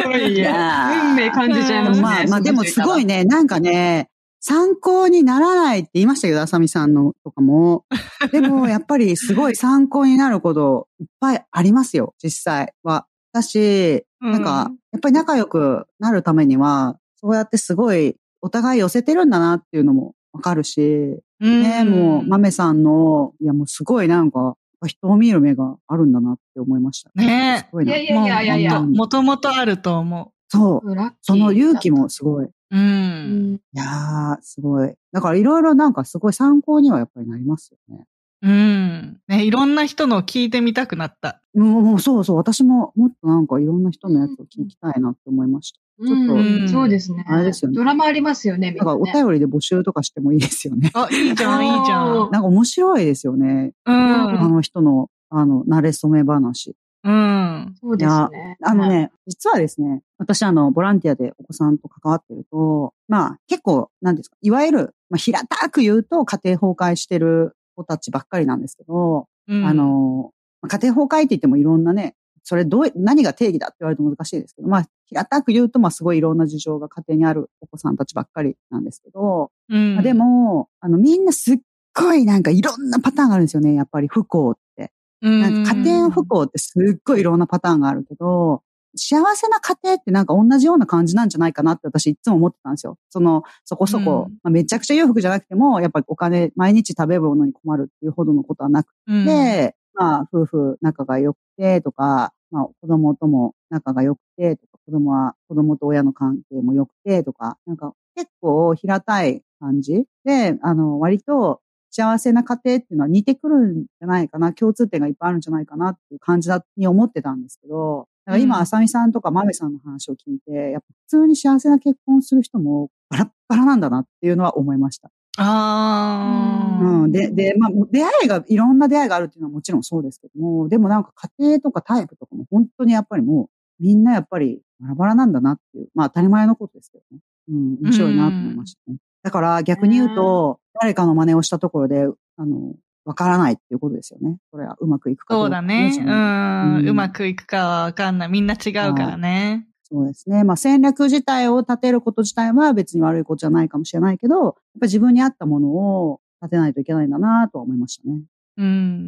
ごい いやー運命感じちゃいますね。まあまあでもすごいね。ね、なんかね、参考にならないって言いましたけど、あさみさんのとか も。でもやっぱりすごい参考になることいっぱいありますよ、実際は。だし、なんか、やっぱり仲良くなるためには、そうやってすごいお互い寄せてるんだなっていうのもわかるし、うん、ね、もう、まめさんの、いやもうすごいなんか、人を見る目があるんだなって思いました。ねすごいな。いやいやいやいやいやもうもともとあると思。そう。ラッキーその勇気もすごい。いううんん。やー、すごい。だからいろいろなんかすごい参考にはやっぱりなりますよね。うん。ね、いろんな人のを聞いてみたくなった。もうもうそうそう、私ももっとなんかいろんな人のやつを聞きたいなって思いました。うんちょっとうんそうですね。あれですよねドラマありますよね、みだんからなおね便りで募集とかしてもいいですよね。あ、いいじゃん、いいじゃん。なんか面白いですよね。うあん。の人の、あの、慣れ初め話。うん。そうですね。あのね、実はですね、私あの、ボランティアでお子さんと関わってると、まあ結構、なんていうんですか、いわゆる、まあ平たく言うと家庭崩壊してる子たちばっかりなんですけど、うんあ、の、まあ家庭崩壊って言ってもいろんなね、それどう、何が定義だって言われると難しいですけど、まあ平たく言うと、まあすごいいろんな事情が家庭にあるお子さんたちばっかりなんですけど、うんまあで、も、あの、みんなすっごいなんかいろんなパターンがあるんですよね、やっぱり不幸って。なんか家庭不幸ってすっごいいろんなパターンがあるけど、幸せな家庭ってなんか同じような感じなんじゃないかなって私いつも思ってたんですよ。その、そこそこ、うんまあ、めちゃくちゃ裕福じゃなくても、やっぱりお金、毎日食べ物に困るっていうほどのことはなくうん、て、まあ夫婦仲が良くてとか、まあ子供とも仲が良くてとか、子供は、子供と親の関係も良くてとか、なんか結構平たい感じで、あの、割と幸せな家庭っていうのは似てくるんじゃないかな、共通点がいっぱいあるんじゃないかなっていう感じだに思ってたんですけど、だからう今、んあさみさんとかまめさんの話を聞いて、やっぱ普通に幸せな結婚する人もバラッバラなんだなっていうのは思いました。ああ、うん。で、で、まあ、出会いが、いろんな出会いがあるっていうのはもちろんそうですけども、でもなんか家庭とかタイプとかも本当にやっぱりもう、みんなやっぱりバラバラなんだなっていう、まあ当たり前のことですけどね。うん、面白いなと思いましたね。だから逆に言うと、誰かの真似をしたところで、あの、わからないっていうことですよね。これはうまくいくかどそううかだね、ね。。そうのうんんうまくいくかはわかんない。みんな違うからね。そうですね。まあ戦略自体を立てること自体は別に悪いことじゃないかもしれないけど、やっぱり自分に合ったものを立てないといけないんだなとは思いましたね。う。うん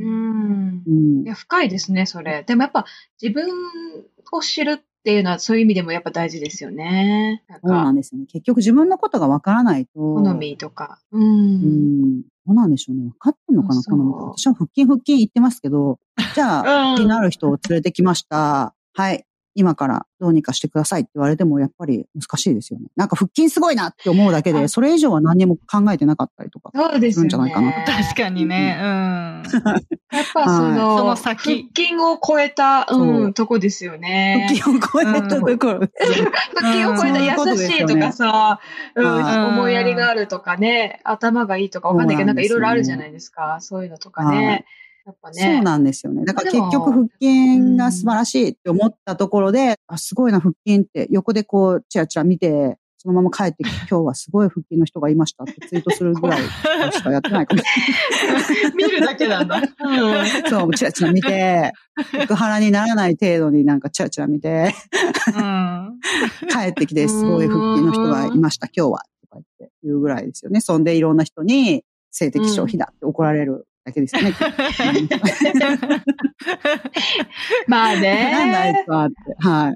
んう。んいや、。深いですね、それ。でもやっぱ自分を知るっていうのはそういう意味でもやっぱ大事ですよね。なんそうなか、んですよね。結局自分のことがわからないと。好みとか。う。うんん。どうなんでしょうね。分かってんのかなあそ好うみって。私は腹筋腹筋言ってますけ ど、じゃあ、うん腹筋のある人を連れてきました。はい。今からどうにかしてくださいって言われても、やっぱり難しいですよね。なんか腹筋すごいなって思うだけで、あそれ以上は何にも考えてなかったりとか。そうですよね。するんじゃない確かにね。うん。やっぱその、その先腹筋を超えた、うそん、とこですよね。腹筋を超えたところで。腹筋を超えた優しいとかさ、うんうんうん思いやりがあるとかね、頭がいいとかわかんないけど、そうなんなんかでいすよろねいろあるじゃないですか。そういうのとかはね。やっぱね。そうなんですよね。だからでも結局腹筋が素晴らしいって思ったところで、あ、すごいな、腹筋って横でこう、チラチラ見て、そのまま帰ってきて、今日はすごい腹筋の人がいましたってツイートするぐらいしかやってない かもし見るだけなんだ。うんれない。そう、チラチラ見て、腹腹にならない程度になんかチラチラ見 て、うん。帰ってきて、すごい腹筋の人がいました、今日は。とか言って言うぐらいですよね。そんでいろんな人に性的消費だって怒られるだけです よね。まあなんだあいね。つはって。はい。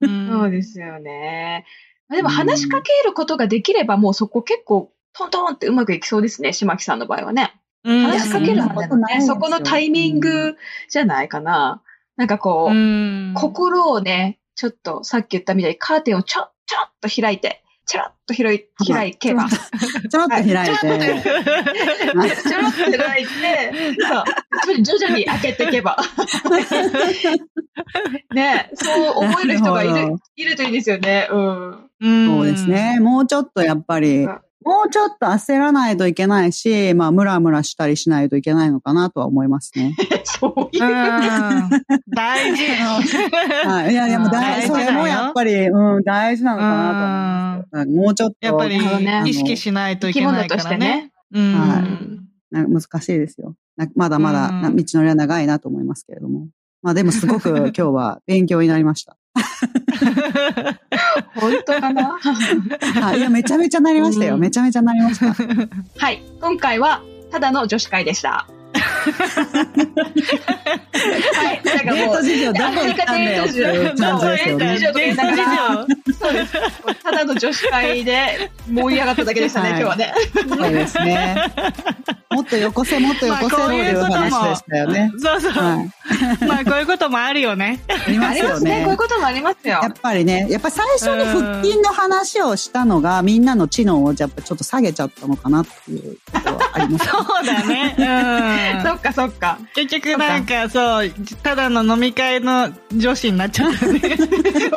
うんそうですよね。まあでも話しかけることができれば、もうそこ結構、トントンってうまくいきそうですね。島木さんの場合はね。うん話しかけるまでのいやそね、そんなことこないですよのタイミングじゃないかな。なんかこう、うん。心をね、ちょっとさっき言ったみたいにカーテンをちょ、ちょっと開いて、ちょろっと開いはい開けば、ちちょろっと開いはいちょろて。ょろっと開いて、そう徐徐々に開けていけ ば。ね、そう思える人がいなるほるど、いるといいですよね。うん。うんそうです。ね。もうちょっとやっぱり、うんもうちょっと焦らないといけないし、まあ、ムラムラしたりしないといけないのかなとは思いますね。 そういうう。ん。大事。はい。いや、いや、もう大大、事そだよれもやっぱり、うん、大事なのかなと思います。もうちょっと、やっぱりなるほどね意識しないといけないからね。う物とん。なんか難しいですよ。なまだまだ、うんな道のりは長いなと思いますけれども。まあ、でもすごく今日は勉強になりました。本当かなはい。いや、めちゃめちゃなりましたよ。うんめちゃめちゃなりました。はい。今回は、ただの女子会でした。はい。だからデーもトう、事情どこ行ったんだよっていう感じですよね。デートそうです。ただの女子会で盛り上がっただけでしたね、はい今日はね。そうですね。もっとよこせ、もっとよこせまあこうっていいううことも話でしたよね。そうそう。はい。まあ、こういうこともあるよね。ありまあすりまよすね。ねこういう。こともありますよや。っぱりね、やっぱ最初に腹筋の話をしたのが、みんなの知能をやっぱちょっと下げちゃったのかなっていうことはあり ます。そうだね。うそっかそっかん。。結局なんか、そう、ただの飲み会の女子になっちゃったね。そ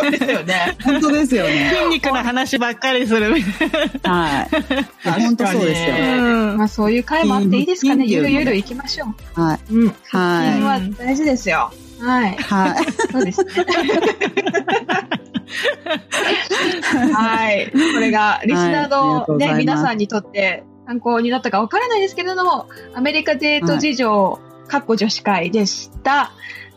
うですよね。本当ですよね。筋肉の話ばっかりするみたいはい。いや確かに本当そうですよ。な。うんまあそういう回もあっていいですかね。いいゆよねるゆる行きましょう。はい。うん。は腹い筋は大事ですよ。はい。はい。そうですね。 はい。これが、リスナはーいありがとうの、ございね、ます皆さんにとって参考になったかわからないですけれども、アメリカデート事情、かっこ女子会でした。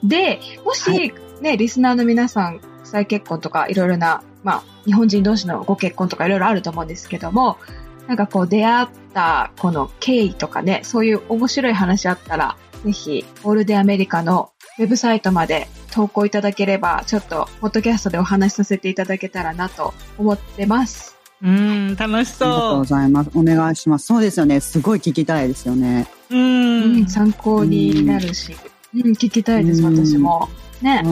で、もし、はね、リスナーの皆さん、国際結婚とかいろいろな、まあ、日本人同士のご結婚とかいろいろあると思うんですけども、なんかこう出会ったこの経緯とかね、そういう面白い話あったら、ぜひ、オールデンアメリカのウェブサイトまで投稿いただければ、ちょっと、ポッドキャストでお話しさせていただけたらなと思ってます。うん、楽しありがとうそございます。お願いします。そうですよね。すごい聞きたいですよね。う。うん。参考になるし、うん、聞きたいです、うん私も。ね、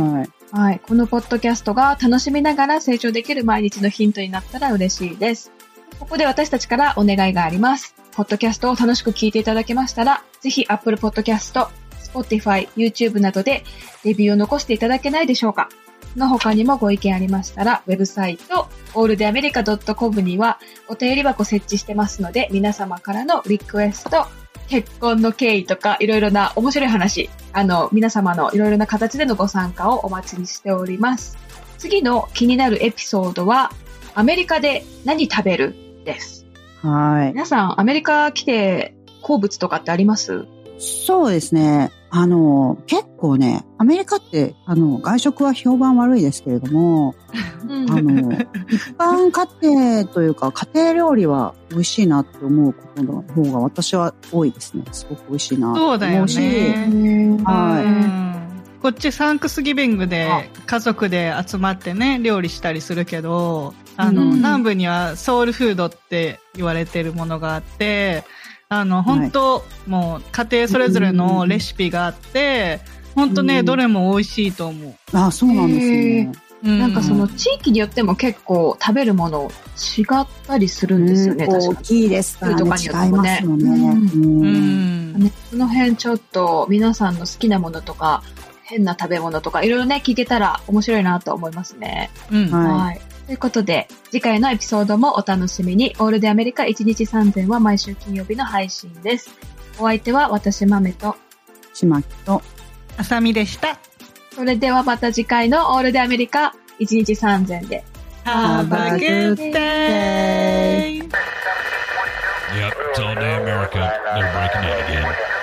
ははい。このポッドキャストが楽しみながら成長できる毎日のヒントになったら嬉しいです。ここで私たちからお願いがあります。ポッドキャストを楽しく聞いていただけましたら、ぜひ Apple Podcast、Spotify、YouTube などでレビューを残していただけないでしょうか。その他にもご意見ありましたら、ウェブサイト、alldamerica.com にはお便り箱設置してますので、皆様からのリクエスト、結婚の経緯とか、いろいろな面白い話、あの、皆様のいろいろな形でのご参加をお待ちにしております。次の気になるエピソードは、アメリカで何食べるです。い。はい。皆さん、アメリカ来て好物とかってありますそうですね。あの、結構ね、アメリカって、あの、外食は評判悪いですけれども、うんあの、一般家庭というか、家庭料理は美味しいなって思うことの方が私は多いですね。すごく美味しいなとそうだよ思うし。ね。はいうんこっちサンクスギビングで家族で集まってね、料理したりするけど、あの、うん南部にはソウルフードって言われてるものがあって、あの、本当、もう家庭それぞれのレシピがあって、本当ね、うんどれも美味しいと思あ、そうなんですね。う。ななんかその地域によっても結構食べるもの違ったりするんですよね、うん確大かに。きいですからね。そういうとこ違いによっまてすよもねね。うんうん。ねその辺ちょっと皆さんの好きなものとか、変な食べ物とか、いろいろね、聞けたら面白いなと思いますね。うん。はいはい。ということで、次回のエピソードもお楽しみに、オールでアメリカ1日3000は毎週金曜日の配信です。お相手は私、まめと。ちまきと。あさみでした。それではまた次回のオールでアメリカ1日3000で。 Have a good day! Yep, it's all day America. They're breaking it again.